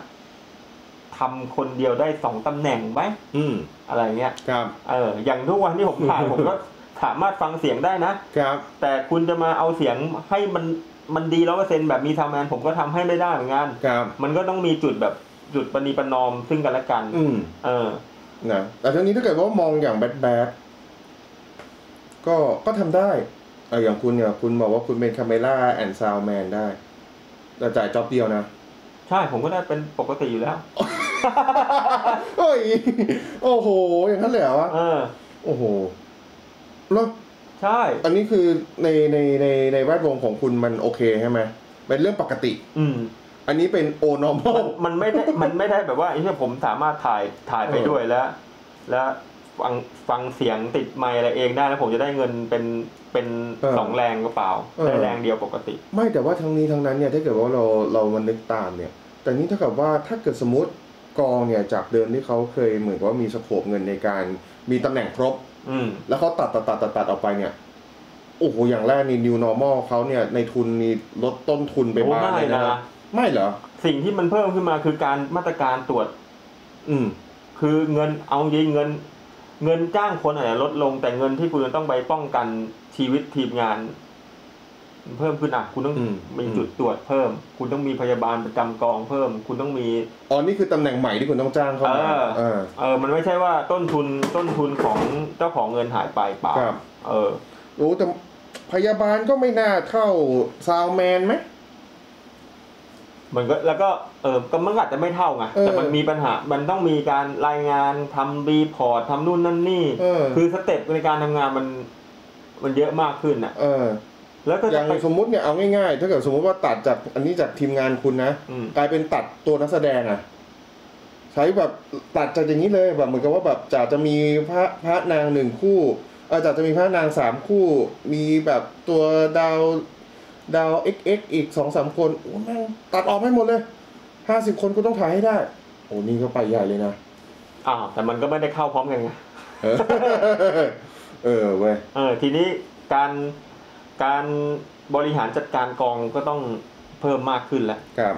[SPEAKER 2] ทำคนเดียวได้สองตำแหน่งไหม
[SPEAKER 1] อืม
[SPEAKER 2] อะไรเงี้ย
[SPEAKER 1] ครับ
[SPEAKER 2] เอออย่างทุกวันที่ผม ถ่าย ผมก็สามารถฟังเสียงได้นะ
[SPEAKER 1] ครับ
[SPEAKER 2] แต่คุณจะมาเอาเสียงให้มันมันดีร้อเปอร์เซ็นแบบมีทำงาน ผมก็ทำให้ไม่ได้เหมือนกัน
[SPEAKER 1] ครับ
[SPEAKER 2] มันก็ต้องมีจุดแบบจุดปณีประนอมซึ่งกันและกัน
[SPEAKER 1] อืม
[SPEAKER 2] เออ
[SPEAKER 1] นะแต่ทั้งนี้ถ้าเกิดว่ามองอย่างแบดแบดก็ก็ทำได้อ่ะอย่างคุณเนี่ยคุณบอกว่าคุณเป็นคาเมล่าแอนด์ซาวแมนได้ แต่จ่ายจ็อบเดียวนะ
[SPEAKER 2] ใช่ผมก็ได้เป็นปกติอยู่แล้ว
[SPEAKER 1] เอ้ยโอ้โห อย่างนั้นเลยเหรอวะ
[SPEAKER 2] เออ
[SPEAKER 1] โอ้โห แล้ว
[SPEAKER 2] ใช่
[SPEAKER 1] อันนี้คือในในในในแวดวงของคุณมันโอเคใช่ไหมเป็นเรื่องปกติ
[SPEAKER 2] อืม
[SPEAKER 1] อันนี้เป็นโอนอมอ
[SPEAKER 2] มั
[SPEAKER 1] ล
[SPEAKER 2] นมันไม่ได้มันไม่ได้แบบว่าไอ้เนี่ยผมสามารถถ่ายถ่ายไป
[SPEAKER 1] เออ
[SPEAKER 2] ด้วยแล้ว แล้วฟังฟังเสียงติดไมค์อะไรเองได้แล้วผมจะได้เงินเป็นเป็นสองแรงก็เปล่าได้แรงเดียวปกติ
[SPEAKER 1] ไม่แต่ว่าทั้งนี้ทั้งนั้นเนี่ยถ้าเกิดว่าเราเรามันนึกตามเนี่ย แต่นี้เท่ากับว่าถ้าเกิดสมมติกองเนี่ยจากเดิมที่เขาเคยเหมือนกับว่ามีสโคปเงินในการมีตำแหน่งครบ
[SPEAKER 2] อืม
[SPEAKER 1] แล้วเขาตัดตัดตัดตัดตัดออกไปเนี่ย โอ้โหอย่างแรกนี่ new normal เขาเนี่ยในทุนนี่ลดต้นทุนไปบ้าง
[SPEAKER 2] โอ้ไม่
[SPEAKER 1] เลยนะ
[SPEAKER 2] นะ
[SPEAKER 1] ไม่เหรอ
[SPEAKER 2] สิ่งที่มันเพิ่มขึ้นมาคือการมาตรการตรวจ
[SPEAKER 1] อืม
[SPEAKER 2] คือเงินเอาจริงเงิน เงินจ้างคนอาจจะลดลงแต่เงินที่คุณจะต้องไปป้องกันชีวิตทีมงานมันเพิ่มขึ้นอ่ะ คุณต้อง
[SPEAKER 1] อืม
[SPEAKER 2] มีจุดตรวจเพิ่ม คุณต้องมีพยาบาลประจำกองเพิ่ม คุณต้องมี
[SPEAKER 1] อ๋อนี่คือตำแหน่งใหม่ที่คุณต้องจ้างเข้ามา
[SPEAKER 2] เออ
[SPEAKER 1] เออ
[SPEAKER 2] เออมันไม่ใช่ว่าต้นทุนต้นทุนของเจ้าของเงินหายไปเปล่า
[SPEAKER 1] ครับ
[SPEAKER 2] เออ
[SPEAKER 1] โอ้แต่พยาบาลก็ไม่น่าเท่าซาวแมนไหม
[SPEAKER 2] มันก็แล้วก็เออก็มันก็อาจจะไม่เท่าไง
[SPEAKER 1] เออ
[SPEAKER 2] แต่มันมีปัญหา มันต้องมีการรายงานทำรีพอร์ตทำนู่นนั่นนี่
[SPEAKER 1] เออ
[SPEAKER 2] คือสเต็ปในการทำงานมัน มันเยอะมากขึ้นอ่ะ
[SPEAKER 1] เออ
[SPEAKER 2] แล้วก็
[SPEAKER 1] อ
[SPEAKER 2] จะ
[SPEAKER 1] ย่าง
[SPEAKER 2] ไป
[SPEAKER 1] สมมติเนี่ยเอาง่ายๆ ถ้าเกิดสมมติว่าตัดจากอันนี้จากทีมงานคุณนะ
[SPEAKER 2] อืม
[SPEAKER 1] กลายเป็นตัดตัวนักแสดงอะใช้แบบตัดจากอย่างนี้เลยแบบเหมือนกับว่าแบบจะจะมีพระพระนางหนึ่งคู่ เออจากจะมีพระนางสามคู่ มีแบบตัวดาวดาว XX อีกสองสามคนโอ้แม่งตัดออกไม่หมดเลยห้าสิบคนกูต้องถ่ายให้ได้ โอ้นี่ก็ไปใหญ่เลยนะ
[SPEAKER 2] อ้าวแต่มันก็ไม่ได้เข้าพร้อมกันไง
[SPEAKER 1] เออ เออเว้ย
[SPEAKER 2] เออทีนี้การการบริหารจัดการกองก็ต้องเพิ่มมากขึ้นแหละ
[SPEAKER 1] ครับ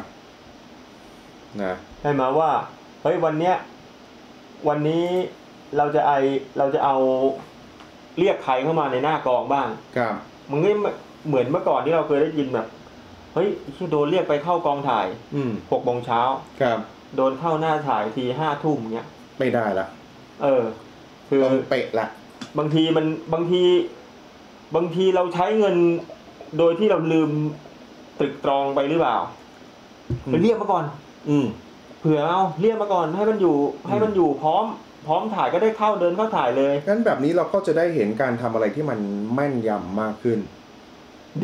[SPEAKER 1] นะ
[SPEAKER 2] ใช่ไหมว่าเฮ้ยวันเนี้ยวันนี้เราจะไอเราจะเอาเรียกใครเข้ามาในหน้ากองบ้าง
[SPEAKER 1] ครับ
[SPEAKER 2] มึงนี่เหมือนเมื่อก่อนที่เราเคยได้ยินแบบเฮ้ยโดนเรียกไปเข้ากองถ่าย
[SPEAKER 1] อืม
[SPEAKER 2] หกโมงเช้า
[SPEAKER 1] ครับ
[SPEAKER 2] โดนเข้าหน้าถ่ายทีห้าทุ่มเนี้ย
[SPEAKER 1] ไม่ได้ละ
[SPEAKER 2] เออ คือ
[SPEAKER 1] ต้องเปะละ
[SPEAKER 2] บางทีมันบางที บางทีเราใช้เงินโดยที่เราลืมตรึกตรองไปหรือเปล่า
[SPEAKER 1] อื
[SPEAKER 2] ไป
[SPEAKER 1] ม
[SPEAKER 2] เรียกมาก่อน
[SPEAKER 1] อืม
[SPEAKER 2] เผื่อเอาเรียกมาก่อนให้มันอยู่ ให้มันอยู่พร้อม พร้อมถ่ายก็ได้เข้าเดินเข้าถ่ายเลย
[SPEAKER 1] งั้นแบบนี้เราก็จะได้เห็นการทำอะไรที่มันแม่นยำมากขึ้น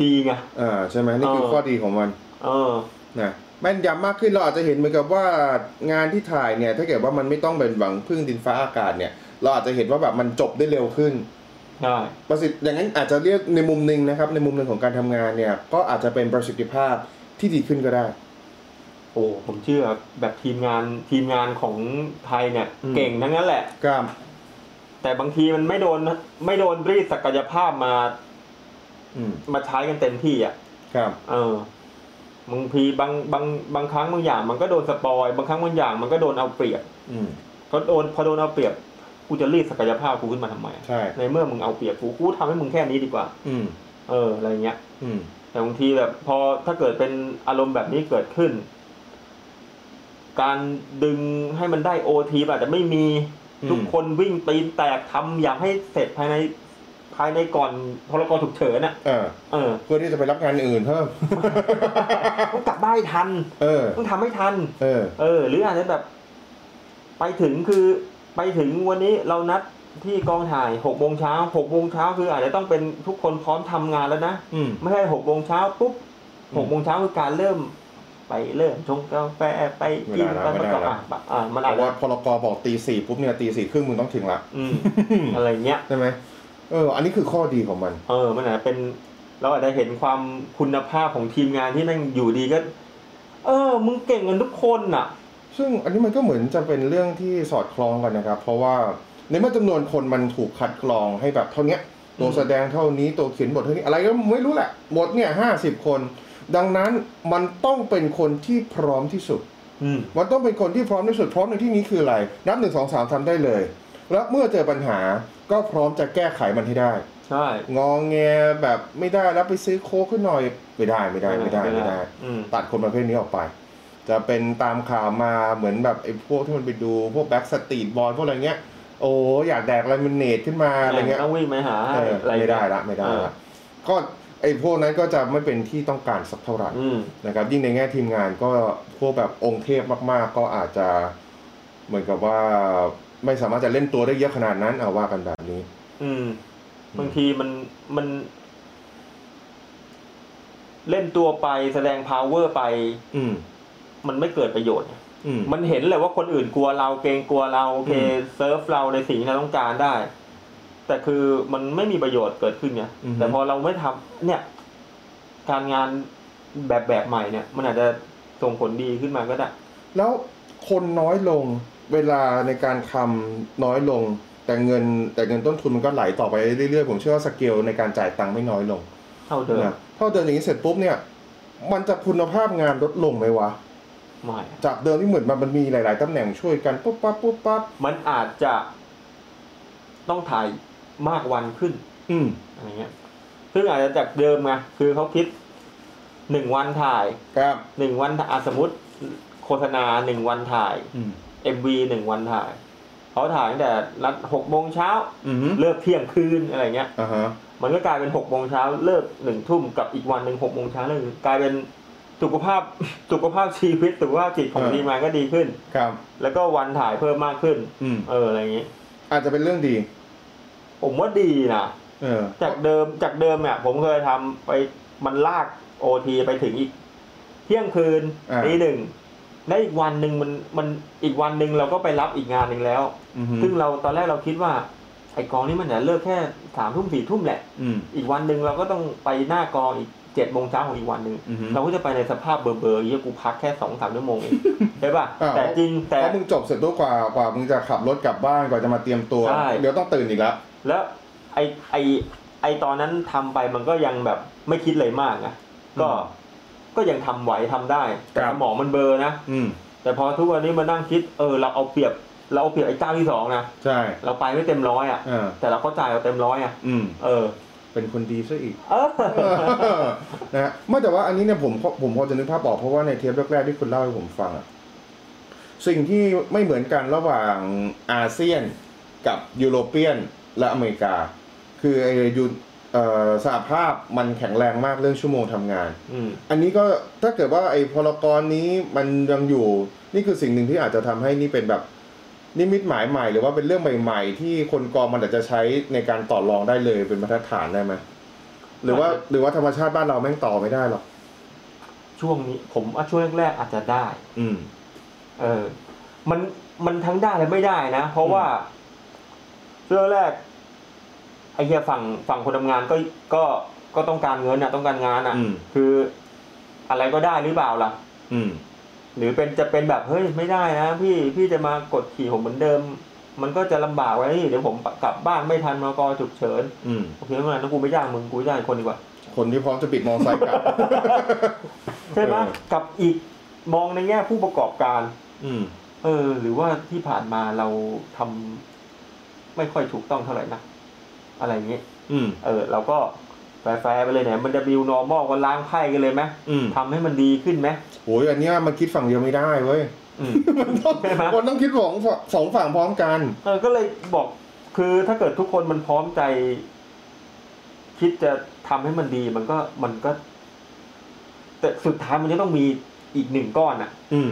[SPEAKER 2] ดีไง
[SPEAKER 1] อ่าใช่ไหมนี่คือ
[SPEAKER 2] เออ
[SPEAKER 1] ข้อดีของมัน
[SPEAKER 2] เออ
[SPEAKER 1] นะแม่นยำมากขึ้นเราอาจจะเห็นเหมือนกับว่างานที่ถ่ายเนี่ย ถ้าเกิดว่ามันไม่ต้องเป็นหวังพึ่งดินฟ้าอากาศเนี่ย เราอาจจะเห็นว่าแบบมันจบได้เร็วขึ้น
[SPEAKER 2] ได้
[SPEAKER 1] ประสิทธิ์อย่างนั้นอาจจะเรียกในมุมหนึ่งนะครับ ในมุมหนึ่งของการทำงานเนี่ย ก็อาจจะเป็นประสิทธิภาพที่ดีขึ้นก็ได้
[SPEAKER 2] โอ้ผมเชื่อแบบทีมงานทีมงานของไทยเนี่ย
[SPEAKER 1] อืม
[SPEAKER 2] เก่งทั้งนั้นแหละ
[SPEAKER 1] กล้าม
[SPEAKER 2] แต่บางทีมันไม่โดนไม่โดนรีดศักยภาพมา
[SPEAKER 1] อืม
[SPEAKER 2] มาใช้กันเต็มที่อ่ะ
[SPEAKER 1] กล้าม
[SPEAKER 2] เออบางทีบางบางบางครั้งบางอย่าง มันก็โดนสปอย บางครั้งบางอย่าง มันก็โดนเอาเปรียบ
[SPEAKER 1] อืม
[SPEAKER 2] ก็โดนพอโดนเอาเปรียบกูจะรีดศักยภาพกูขึ้นมาทำไม
[SPEAKER 1] ใช่
[SPEAKER 2] ในเมื่อมึงเอาเปรียบกูกูทำให้มึงแค่นี้ดีกว่า
[SPEAKER 1] อืม
[SPEAKER 2] เอออะไรเงี้ย
[SPEAKER 1] อืม
[SPEAKER 2] แต่บางทีแบบพอถ้าเกิดเป็นอารมณ์แบบนี้เกิดขึ้น การดึงให้มันได้โอทีอาจจะไม่มีทุกคนวิ่งตีนแตกทำอย่างให้เสร็จภายในภายในก่อนพรกฉุกเฉินอ่ะ
[SPEAKER 1] เออ
[SPEAKER 2] เออ
[SPEAKER 1] เพื่อที่จะไปรับงานอื่นเพิ่ม
[SPEAKER 2] ต้องกลับบ้านให้ทัน
[SPEAKER 1] เออ
[SPEAKER 2] ต้องทำให้ทัน
[SPEAKER 1] เออ
[SPEAKER 2] เออ หรืออาจจะแบบ ไปถึงคือไปถึงวันนี้เรานัดที่กองถ่ายหกโมงเช้าหกโมงเช้าคืออาจจะต้องเป็นทุกคนพร้อมทำงานแล้วนะ
[SPEAKER 1] อืม
[SPEAKER 2] ไม่ใช่หกโมงเช้าปุ๊บ
[SPEAKER 1] อืม
[SPEAKER 2] หกโมงเช้าคือการเริ่ม ไปเริ่มชงกาแฟไปกิน
[SPEAKER 1] ไม่
[SPEAKER 2] ไป
[SPEAKER 1] ได้
[SPEAKER 2] ประ
[SPEAKER 1] นะ
[SPEAKER 2] กอบ
[SPEAKER 1] ไม่ได้นะ
[SPEAKER 2] อ่ะปะอ่ะมัน
[SPEAKER 1] เพ
[SPEAKER 2] อาจ
[SPEAKER 1] ราะ
[SPEAKER 2] จะ
[SPEAKER 1] ว่าพลกรบอกตีสี่ปุ๊บเนี่ยตีสี่ครึ่งมึงต้องถึงละ
[SPEAKER 2] อืม อะไรเงี้ย
[SPEAKER 1] ใช่ไหมเออ อันนี้คือข้อดีของมัน
[SPEAKER 2] เออมันอาจจะเป็น เราอาจจะเห็นความคุณภาพของทีมงานที่นั่งอยู่ดีก็ เออ มึงเก่งกันทุกคนน่ะ
[SPEAKER 1] ซึ่งอันนี้มันก็เหมือนจะเป็นเรื่องที่สอดคล้องกันนะครับ เพราะว่าในเมื่อจำนวนคนมันถูกคัดกรองให้แบบเท่าเนี้ย ตัวแสดงเท่านี้ตัวเขียนบทเท่านี้อะไรก็ไม่รู้แหละบทเนี่ยห้าสิบคน ดังนั้นมันต้องเป็นคนที่พร้อมที่สุด
[SPEAKER 2] อืม
[SPEAKER 1] มันต้องเป็นคนที่พร้อมที่สุดพร้อมในที่นี้คืออะไร นับหนึ่งสองสามทำได้เลย แล้วเมื่อเจอปัญหาก็พร้อมจะแก้ไขมันให้ได้
[SPEAKER 2] ใช่
[SPEAKER 1] งองแงแบบไม่ได้แล้วไปซื้อโค้กขึ้นหน่อยไม่ได้ไม่ได้ไม่ได้ไม่ได้
[SPEAKER 2] อืม
[SPEAKER 1] ตัดคนประเภทนี้ออกไป จะเป็นตามข่าวมาเหมือนแบบไอ้พวกที่มันไปดูพวกแบ็กสตรีทบอลพวกอะไรเงี้ย โอ้อยากแดกอะไรมันเนตขึ้นมาอะไรเงี้ย
[SPEAKER 2] ต้องวิ่งไปหา
[SPEAKER 1] เออ
[SPEAKER 2] อะไร
[SPEAKER 1] ไม่ได้
[SPEAKER 2] เงี้ย
[SPEAKER 1] ละไม่ได้
[SPEAKER 2] เออ
[SPEAKER 1] ละก็ไอ้พวกนั้นก็จะไม่เป็นที่ต้องการสักเท่าไหร่
[SPEAKER 2] อืม
[SPEAKER 1] นะครับ ยิ่งในแง่ทีมงานก็พวกแบบองค์เทพมากๆ ก็อาจจะเหมือนกับว่าไม่สามารถจะเล่นตัวได้เยอะขนาดนั้นเอาว่ากันแบบนี้
[SPEAKER 2] อืม
[SPEAKER 1] อืม
[SPEAKER 2] บางทีมันมัน เล่นตัวไปแสดง power ไป
[SPEAKER 1] อืม
[SPEAKER 2] มันไม่เกิดประโยชน์
[SPEAKER 1] อืม
[SPEAKER 2] มันเห็นแหละว่าคนอื่นกลัวเราเกรงกลัวเราโอเค
[SPEAKER 1] อืม
[SPEAKER 2] เซิร์ฟเราในสิ่งที่เราต้องการได้ แต่คือมันไม่มีประโยชน์เกิดขึ้นไง
[SPEAKER 1] อือฮึ
[SPEAKER 2] แต่พอเราไม่ทำเนี่ย การงานแบบแบบใหม่เนี่ย มันอาจจะส่งผลดีขึ้นมาก็ได้
[SPEAKER 1] แล้วคนน้อยลงเวลาในการทำน้อยลง แต่เงินแต่เงินต้นทุนมันก็ไหลต่อไปเรื่อยๆ ผมเชื่อว่าสเกลในการจ่ายตังค์ไม่น้อยลง
[SPEAKER 2] เท่าเดิม
[SPEAKER 1] นะถ้าเดินอย่างนี้เสร็จปุ๊บเนี่ย มันจะคุณภาพงานลดลงไหมวะ
[SPEAKER 2] ใหม่
[SPEAKER 1] จากเดิมที่เหมือนมันมันมีหลาย ๆตำแหน่งช่วยกันปุ๊บปั๊บปุ๊บปั๊บ
[SPEAKER 2] มันอาจจะต้องถ่ายมากวันขึ้น
[SPEAKER 1] อืม
[SPEAKER 2] อะไรเงี้ย ซึ่งอาจจะจากเดิมไงคือเขาคิดหนึ่งวันถ่าย
[SPEAKER 1] ครับ
[SPEAKER 2] หนึ่งวันถ่ายอ่ะสมมติโฆษณาหนึ่งวันถ่าย
[SPEAKER 1] อืม
[SPEAKER 2] MV หนึ่งวันถ่ายเขาถ่ายตั้งแต่รัดหกโมงเช้า
[SPEAKER 1] อืม
[SPEAKER 2] เลิกเที่ยงคืนอะไรเงี้ย
[SPEAKER 1] อ่าฮะ
[SPEAKER 2] มันก็กลายเป็นหกโมงเช้าเลิกหนึ่งทุ่มกับอีกวันหนึ่งหกโมงเช้าเลิกกลายเป็นสุขภาพ สุขภาพชีวิตสุขภาพจิตของทีมงานก็ดีขึ้น
[SPEAKER 1] ครับ
[SPEAKER 2] แล้วก็วันถ่ายเพิ่มมากขึ้น
[SPEAKER 1] อืม
[SPEAKER 2] เอออะไรเงี้ย
[SPEAKER 1] อาจจะเป็นเรื่องดี
[SPEAKER 2] ผมว่าดีนะ
[SPEAKER 1] เออ
[SPEAKER 2] จากเดิมจากเดิมเนี่ยผมเคยทำไปมันลากโอทีไปถึงอีก เที่ยงคืนตีหนึ่งและอีกวันหนึ่งมันมันอีกวันหนึ่งเราก็ไปรับอีกงานหนึ่งแล้ว
[SPEAKER 1] อือฮึ
[SPEAKER 2] ซึ่งเราตอนแรกเราคิดว่า ไอกองนี่มันเนี่ยเลิกแค่สามทุ่มสี่ทุ่มแหละ
[SPEAKER 1] อืม
[SPEAKER 2] อีกวันหนึ่งเราก็ต้องไปหน้ากองอีกเจ็ดโมงเช้าของอีกวันหนึ่ง
[SPEAKER 1] อือฮึ
[SPEAKER 2] เราก็จะไปในสภาพเบอร์เบอร์เยี่ยกูพักแค่สองสามชั่วโมงเอง ใช่ป่ะ
[SPEAKER 1] อ้าว
[SPEAKER 2] แต่จริงแต่
[SPEAKER 1] เพราะมึงจบเสร็จตัวกว่ากว่ามึงจะขับรถกลับบ้านกว่าจะมาเตรียมตัว
[SPEAKER 2] ใช่
[SPEAKER 1] เดี๋ยวต้องตื่นอีกแล้ว
[SPEAKER 2] แล้วไอไอไอตอนนั้นทำไปมันก็ยังแบบไม่คิดอะไรมากนะก็
[SPEAKER 1] อืม
[SPEAKER 2] ก็ยังทำไหวทำได้แต่
[SPEAKER 1] ครับ
[SPEAKER 2] สมองมันเบลอนะ
[SPEAKER 1] อืม
[SPEAKER 2] แต่พอทุกวันนี้มานั่งคิดเออเราเอาเปรียบเราเอาเปรียบไอ้เจ้าที่สองนะ
[SPEAKER 1] ใช่
[SPEAKER 2] เราไปไม่เต็มร้อยอ่ะ
[SPEAKER 1] เออ
[SPEAKER 2] แต่เราเข้าใจเราเต็มร้อยอ่ะ
[SPEAKER 1] อืม
[SPEAKER 2] เอ อ
[SPEAKER 1] เป็นคนดีซะอีก
[SPEAKER 2] เออ
[SPEAKER 1] เออนะฮะไม่แต่ว่าอันนี้เนี่ยผมผมพอจะนึกภาพออกเพราะว่าในเทปแรกๆที่คุณเล่าให้ผมฟังอะสิ่งที่ไม่เหมือนกันระหว่างอาเซียนกับยุโรเปียนและอเมริกา คือไอ้ยูเอ่อสหภาพมันแข็งแรงมากเรื่องชั่วโมงทำงาน
[SPEAKER 2] อืม
[SPEAKER 1] อันนี้ก็ถ้าเกิดว่าไอ้พลกรนี้มันยังอยู่ นี่คือสิ่งหนึ่งที่อาจจะทำให้นี่เป็นแบบนิมิตหมายใหม่หรือว่าเป็นเรื่องใหม่ ๆ ที่คนกองมันอาจจะใช้ในการต่อรองได้เลยเป็นมาตรฐานได้ไหมหรือว่าหรือว่าธรรมชาติบ้านเราแม่งต่อไม่ได้หรอก
[SPEAKER 2] ช่วงนี้ผมว่าช่วงแรกๆอาจจะได้
[SPEAKER 1] อืม
[SPEAKER 2] เออ มัน มันทั้งได้และไม่ได้นะ เพราะว่าเรื่องแรก ไอ้เหี้ยฝั่ง ฝั่งคนทำงานก็ ก็ ก็ต้องการเงินนะต้องการงานนะ
[SPEAKER 1] อืม
[SPEAKER 2] คือ อะไรก็ได้หรือเปล่าล่ะ
[SPEAKER 1] อืม
[SPEAKER 2] หรือเป็น จะเป็นแบบ เฮ้ย ไม่ได้นะ พี่ พี่จะมากดขี่ผมเหมือนเดิม มันก็จะลำบากไว้เดี๋ยวผมกลับบ้านไม่ทันมากอฉุกเฉิน
[SPEAKER 1] อืม
[SPEAKER 2] โอเคไม่เป็นไรแล้วกูไม่จ้างมึง กูจ้างอีกคนดีกว่า
[SPEAKER 1] คนที่พร้อมจะปิดมอไซค์กลับ
[SPEAKER 2] ใช่ไหม
[SPEAKER 1] เออ
[SPEAKER 2] กับอีก มองในแง่ผู้ประกอบการ
[SPEAKER 1] อืม
[SPEAKER 2] เออ หรือว่าที่ผ่านมาเราทำไม่ค่อยถูกต้องเท่าไหร่นะอะไรอย่างเงี้ย
[SPEAKER 1] อืม
[SPEAKER 2] เออ เราก็แฟร์ๆไปเลยเนี่ยมันจะบิวนอร์มอลกันล้างไพ่กันเลยไหม
[SPEAKER 1] อืม
[SPEAKER 2] ทำให้มันดีขึ้นไหม
[SPEAKER 1] โอ้ยอันเนี้ยมันคิดฝั่งเดียวไม่ได้เว้ย
[SPEAKER 2] อืม
[SPEAKER 1] มันต้อง
[SPEAKER 2] ใช่ไหม
[SPEAKER 1] มันต้องคิดสองฝั่งสองฝั่งพร้อมกัน
[SPEAKER 2] เออก็เลยบอกคือถ้าเกิดทุกคนมันพร้อมใจ คิดจะทำให้มันดี มันก็มันก็ แต่สุดท้ายมันจะต้องมีอีกหนึ่งก้อนอ่ะ
[SPEAKER 1] อืม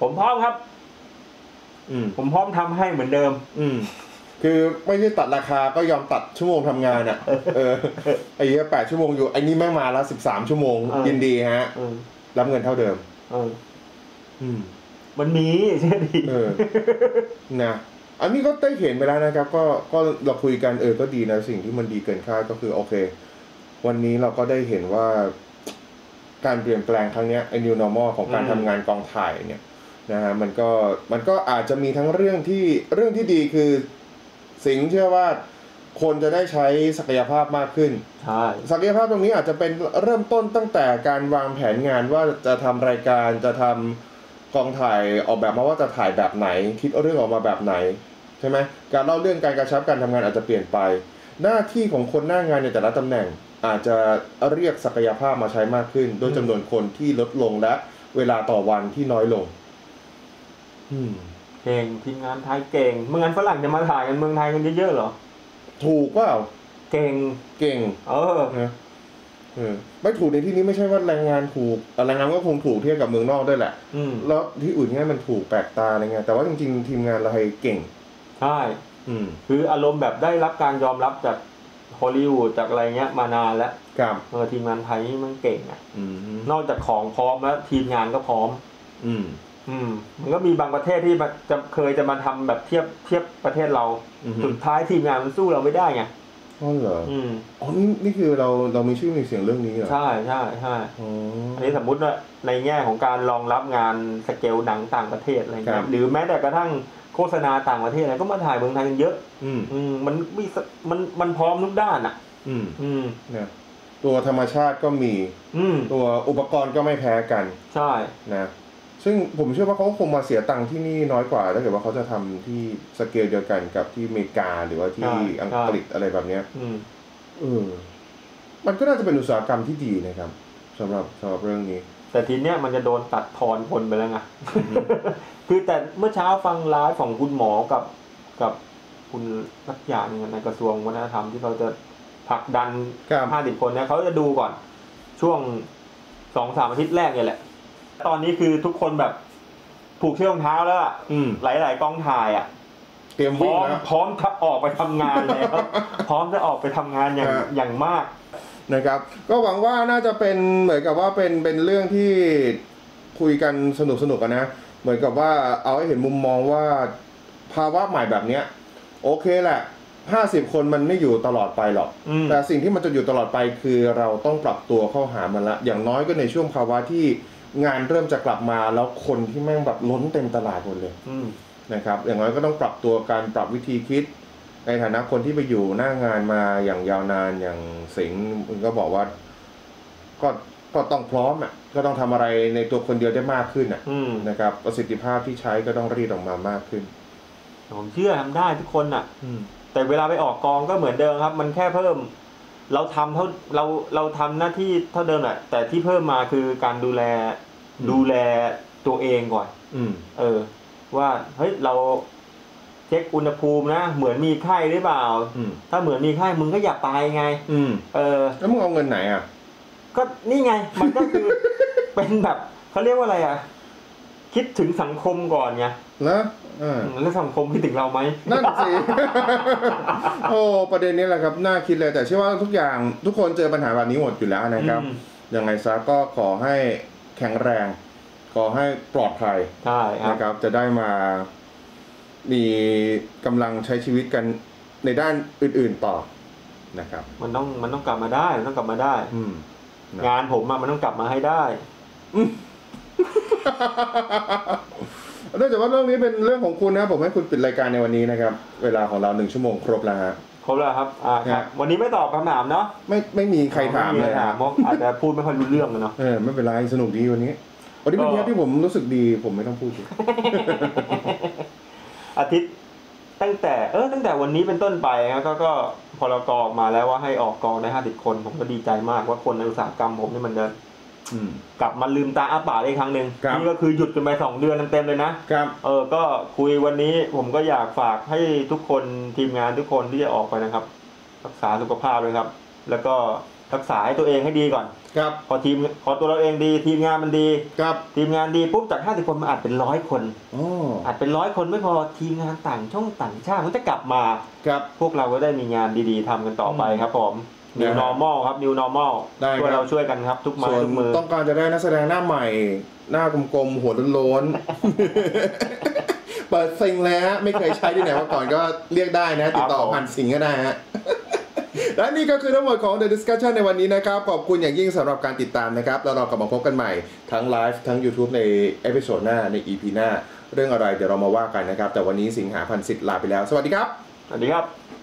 [SPEAKER 2] ผมพร้อมครับ
[SPEAKER 1] อืม
[SPEAKER 2] ผมพร้อมทำให้เหมือนเดิม
[SPEAKER 1] อืม คือไม่ใช่ตัดราคาก็ยอมตัดชั่วโมงทำงานอ่ะ เออ ไอ้เหี้ยแปดชั่วโมงอยู่ไอ้นี่แม่งมาแล้วสิบสามชั่วโมง
[SPEAKER 2] เออ
[SPEAKER 1] ยินดีฮะ
[SPEAKER 2] เออ
[SPEAKER 1] รับเงินเท่าเดิม
[SPEAKER 2] เออ
[SPEAKER 1] อืม
[SPEAKER 2] มันมี ใช่ดิ
[SPEAKER 1] เออ นะ อันนี้ก็ได้เห็นไปแล้วนะครับ ก็ ก็เราคุยกันเออ ก็ดีนะ สิ่งที่มันดีเกินคาดก็คือโอเค วันนี้เราก็ได้เห็นว่า การเปลี่ยนแปลงครั้งเนี้ยไอ้ new normal ของการทำงานกองถ่ายเนี่ยนะฮะ มันก็ มันก็อาจจะมีทั้งเรื่องที่ เรื่องที่ดีคือ สิงห์เชื่อว่า คนจะได้ใช้ศักยภาพมากขึ้น
[SPEAKER 2] ใช่
[SPEAKER 1] ศักยภาพตรงนี้อาจจะเป็นเริ่มต้นตั้งแต่การวางแผนงานว่าจะทำรายการจะทำกองถ่ายออกแบบมาว่าจะถ่ายแบบไหน คิดเรื่องออกมาแบบไหนใช่ไหมการเล่าเรื่องการกระชับการทำงานอาจจะเปลี่ยนไป หน้าที่ของคนหน้างานในแต่ละตำแหน่ง อาจจะเรียกศักยภาพมาใช้มากขึ้นด้วยจำนวนคนที่ลดลงและเวลาต่อวันที่น้อยลง อืม
[SPEAKER 2] เก่งทีมงานไทยเก่งเมืองานฝรั่งจะมาถ่ายกันเมืองไทยกันเยอะๆเหรอ
[SPEAKER 1] ถูกเปล่า
[SPEAKER 2] เก่ง
[SPEAKER 1] เก่ง
[SPEAKER 2] เออ
[SPEAKER 1] นะเออไม่ถูกในที่นี้ไม่ใช่ว่าแรงงานถูกเอ่อแรงงานก็คงถูกเทียบกับเมืองนอกด้วยแหละ
[SPEAKER 2] อืม
[SPEAKER 1] แล้วที่อื่นเนี่ยมันถูกแปลกตาอะไรเงี้ยแต่ว่าจริงๆ ทีมงานเราไทยเก่ง
[SPEAKER 2] ใช่
[SPEAKER 1] อืม
[SPEAKER 2] คืออารมณ์แบบได้รับการยอมรับจากฮอลลีวูดจากอะไรเงี้ยมานานแล้ว
[SPEAKER 1] กับ
[SPEAKER 2] เออทีมงานไทยนี่มันเก่งอะ
[SPEAKER 1] อืม
[SPEAKER 2] นอกจากของพร้อมแล้วทีมงานก็พร้อม
[SPEAKER 1] อืม
[SPEAKER 2] อืม มันก็มีบางประเทศที่มาจะเคยจะมาทำแบบเทียบเทียบประเทศเรา
[SPEAKER 1] อืม
[SPEAKER 2] สุดท้ายทีมงานมันสู้เราไม่ได้ไง
[SPEAKER 1] อ๋อเหรอ
[SPEAKER 2] อืม
[SPEAKER 1] อ๋อนี่นี่คือเราเรามีชื่อมีเสียงเรื่องนี้เหรอ
[SPEAKER 2] ใช่ใช่ใช่
[SPEAKER 1] อ๋อ
[SPEAKER 2] อันนี้สมมุติว่าในแง่ของการรองรับงานสเกลหนังต่างประเทศอะไร
[SPEAKER 1] ครั
[SPEAKER 2] เงี้
[SPEAKER 1] บ
[SPEAKER 2] ยหรือแม้แต่กระทั่งโฆษณาต่างประเทศอะไรก็มาถ่ายเมืองไทยกันเยอะ
[SPEAKER 1] อืม
[SPEAKER 2] อืมมันมีสมันมันพร้อมทุกด้านอ่ะ
[SPEAKER 1] อืม
[SPEAKER 2] อืม
[SPEAKER 1] นะตัวธรรมชาติก็มี
[SPEAKER 2] อืม
[SPEAKER 1] ตัวอุปกรณ์ก็ไม่แพ้กัน
[SPEAKER 2] ใช่
[SPEAKER 1] นะซึ่งผมเชื่อว่าเขาคงมาเสียตังค์ที่นี่น้อยกว่าถ้าเกิดว่าเขาจะทำที่สเกลเดียวกันกับที่อเมริกาหรือว่าที่
[SPEAKER 2] ใช่
[SPEAKER 1] อังกฤษอะไรแบบเนี้ย
[SPEAKER 2] อืม
[SPEAKER 1] เออ มันก็น่าจะเป็นอุตสาหกรรมที่ดีนะครับสำหรับสำหรับเรื่องนี้
[SPEAKER 2] แต่ทีเนี้ยมันจะโดนตัดทอนคนไปแล้วไง คือแต่เมื่อเช้าฟังไลฟ์ของคุณหมอกับกับคุณรักยาเนี่ยในกระทรวงวัฒนธรรมที่เขาจะผลักดัน
[SPEAKER 1] ครับ
[SPEAKER 2] 50 คนเนี่ยเขาจะดูก่อน ช่วงสองสามอาทิตย์แรกเนี่ยแหละ ตอนนี้คือทุกคนแบบผูกเชือกรองเท้าแล้วอะ
[SPEAKER 1] อืม
[SPEAKER 2] หลาย ๆกองถ่ายอ่ะ
[SPEAKER 1] เตรียม
[SPEAKER 2] พ
[SPEAKER 1] วิ่
[SPEAKER 2] ร้
[SPEAKER 1] ง
[SPEAKER 2] อม
[SPEAKER 1] แล้ว
[SPEAKER 2] พร้อมทับออกไปทำงานแล้ว พร้อมจะออกไปทำงานอย่าง
[SPEAKER 1] ฮะ
[SPEAKER 2] อย่างมาก
[SPEAKER 1] นะครับ ก็หวังว่าน่าจะเป็นเหมือนกับว่าเป็นเป็นเรื่องที่คุยกันสนุกสนุกอะนะ เหมือนกับว่าเอาให้เห็นมุมมองว่าภาวะใหม่แบบเนี้ย โอเคแหละ 50 คนมันไม่อยู่ตลอดไปหรอก
[SPEAKER 2] อืม
[SPEAKER 1] แต่สิ่งที่มันจะอยู่ตลอดไปคือเราต้องปรับตัวเข้าหามันละ อย่างน้อยก็ในช่วงภาวะที่งานเริ่มจะกลับมาแล้วคนที่แม่งแบบล้นเต็มตลาดหมดเลย
[SPEAKER 2] อืม
[SPEAKER 1] นะครับอย่างน้อยก็ต้องปรับตัวการปรับวิธีคิด ในฐานะคนที่ไปอยู่หน้างานมาอย่างยาวนานอย่างสิงห์มันก็บอกว่า ก็ก็ต้องพร้อมอ่ะก็ต้องทำอะไรในตัวคนเดียวได้มากขึ้นอ่ะ
[SPEAKER 2] อืม
[SPEAKER 1] นะครับประสิทธิภาพที่ใช้ก็ต้องรีดออกมามากขึ้น
[SPEAKER 2] ผมเชื่อทำได้ทุกคนอ่ะ
[SPEAKER 1] อืม
[SPEAKER 2] แต่เวลาไปออกกองก็เหมือนเดิมครับ มันแค่เพิ่ม เราทำเท่าเราเราทำหน้าที่เท่าเดิมแหละแต่ที่เพิ่มมาคือการดูแล
[SPEAKER 1] อืม
[SPEAKER 2] ดูแลตัวเองก่อน
[SPEAKER 1] อืม
[SPEAKER 2] เออ ว่าเฮ้ยเราเช็คอุณหภูมินะเหมือนมีไข้หรือเปล่า
[SPEAKER 1] อืม
[SPEAKER 2] ถ้าเหมือนมีไข้มึงก็อย่าไปไง
[SPEAKER 1] อืม
[SPEAKER 2] เออ
[SPEAKER 1] แล้วมึงเอาเงินไหนอ่ะ
[SPEAKER 2] ก็นี่ไง มันก็คือ เป็นแบบเขาเรียกว่าอะไรอ่ะ คิดถึงสังคมก่อนไง
[SPEAKER 1] แล้วอ่า
[SPEAKER 2] แล้วสังคมคิดถึงเราไหม
[SPEAKER 1] นั่นสิ โอ้ประเด็นนี้แหละครับ น่าคิดเลยแต่เชื่อว่าทุกอย่างทุกคนเจอปัญหาแบบนี้หมดอยู่แล้วนะครับ
[SPEAKER 2] อืม
[SPEAKER 1] ยังไงซะก็ขอให้แข็งแรง ขอให้ปลอดภัย
[SPEAKER 2] ใช่ครับ
[SPEAKER 1] นะครับ จะได้มา มีกำลังใช้ชีวิตกันในด้านอื่นๆต่อนะครับ
[SPEAKER 2] มันต้องมันต้องกลับมาได้ มันต้องกลับมาได้
[SPEAKER 1] อืม นะ
[SPEAKER 2] งานผมอะมันต้องกลับมาให้ได้
[SPEAKER 1] นอกจากว่าเรื่องนี้เป็นเรื่องของคุณนะผมให้คุณปิดรายการในวันนี้นะครับ เวลาของเราหนึ่งชั่วโมงครบแล้วฮะ
[SPEAKER 2] ครบแล้วครับอ่าค
[SPEAKER 1] ครั
[SPEAKER 2] รับ
[SPEAKER 1] บ
[SPEAKER 2] วันนี้ไม่ตอบคำถามเนาะ
[SPEAKER 1] ไม่ไม่มีใครถามเลย
[SPEAKER 2] ไใครถา
[SPEAKER 1] ฮะ
[SPEAKER 2] มเพราะอาจจะพูดไม่ค่อยรู้เรื่องอะเนาะ
[SPEAKER 1] เออไม่เป็นไรสนุกดีวันนี้วันนี้เป็น
[SPEAKER 2] ก็
[SPEAKER 1] เทปที่ผมรู้สึกดีผมไม่ต้องพูดเลย
[SPEAKER 2] อาทิตย์ตั้งแต่เออตั้งแต่วันนี้เป็นต้นไปนะก็ก็พอเรากออกมาแล้วว่าให้ออกกองได้ห้าสิบคน ผมก็ดีใจมากว่าคนในอุตสาหกรรมผมนี่มันจะ
[SPEAKER 1] อืม
[SPEAKER 2] กลับมาลืมตาอ้าปากได้อีกครั้งหนึ่ง
[SPEAKER 1] ครับ
[SPEAKER 2] นี่ก็คือหยุดกันไปสองเดือนเต็มๆเลยนะ
[SPEAKER 1] ครับ
[SPEAKER 2] เออ ก็คุยวันนี้ผมก็อยากฝากให้ทุกคนทีมงานทุกคนที่จะออกไปนะครับ รักษาสุขภาพเลยครับ แล้วก็รักษาให้ตัวเองให้ดีก่อน
[SPEAKER 1] ครับ
[SPEAKER 2] พอทีมพอตัวเราเองดีทีมงานมันดี
[SPEAKER 1] ครับ
[SPEAKER 2] ทีมงานดีปุ๊บจาก 50 คนมันอาจเป็นร้อยคน
[SPEAKER 1] อ๋อ
[SPEAKER 2] อาจเป็นร้อยคนไม่พอทีมงานต่างช่องต่างชาติมันจะกลับมา
[SPEAKER 1] ครับ
[SPEAKER 2] พวกเราก็ได้มีงานดีๆทำกันต่อไปครับผม
[SPEAKER 1] นะ
[SPEAKER 2] new
[SPEAKER 1] ฮะ
[SPEAKER 2] normal ครับ new normal
[SPEAKER 1] ได้ครับ
[SPEAKER 2] ช่วยเราช่วยกันครับ ทุกไม้
[SPEAKER 1] ส่วน
[SPEAKER 2] ทุกมือ
[SPEAKER 1] ต้องการจะได้นักแสดงหน้าใหม่ หน้ากลมๆ หัวโล้นๆ เปิดซิงแล้วไม่เคยใช้ที่ไหนมาก่อนก็เรียกได้นะ ติดต่อผ่านสิงก็ได้ฮะ และนี่ก็คือทั้งหมดของ The Discussion ในวันนี้นะครับ ขอบคุณอย่างยิ่งสำหรับการติดตามนะครับ แล้วเรากลับมาพบกันใหม่ทั้งไลฟ์ทั้ง YouTube ในเอพิโซดหน้าใน EP หน้า เรื่องอะไรเดี๋ยวเรามาว่ากันนะครับ แต่วันนี้สิงหาพันธ์สิทธิ์ลาไปแล้ว สวัสดีครับ
[SPEAKER 2] สวัสดีครับ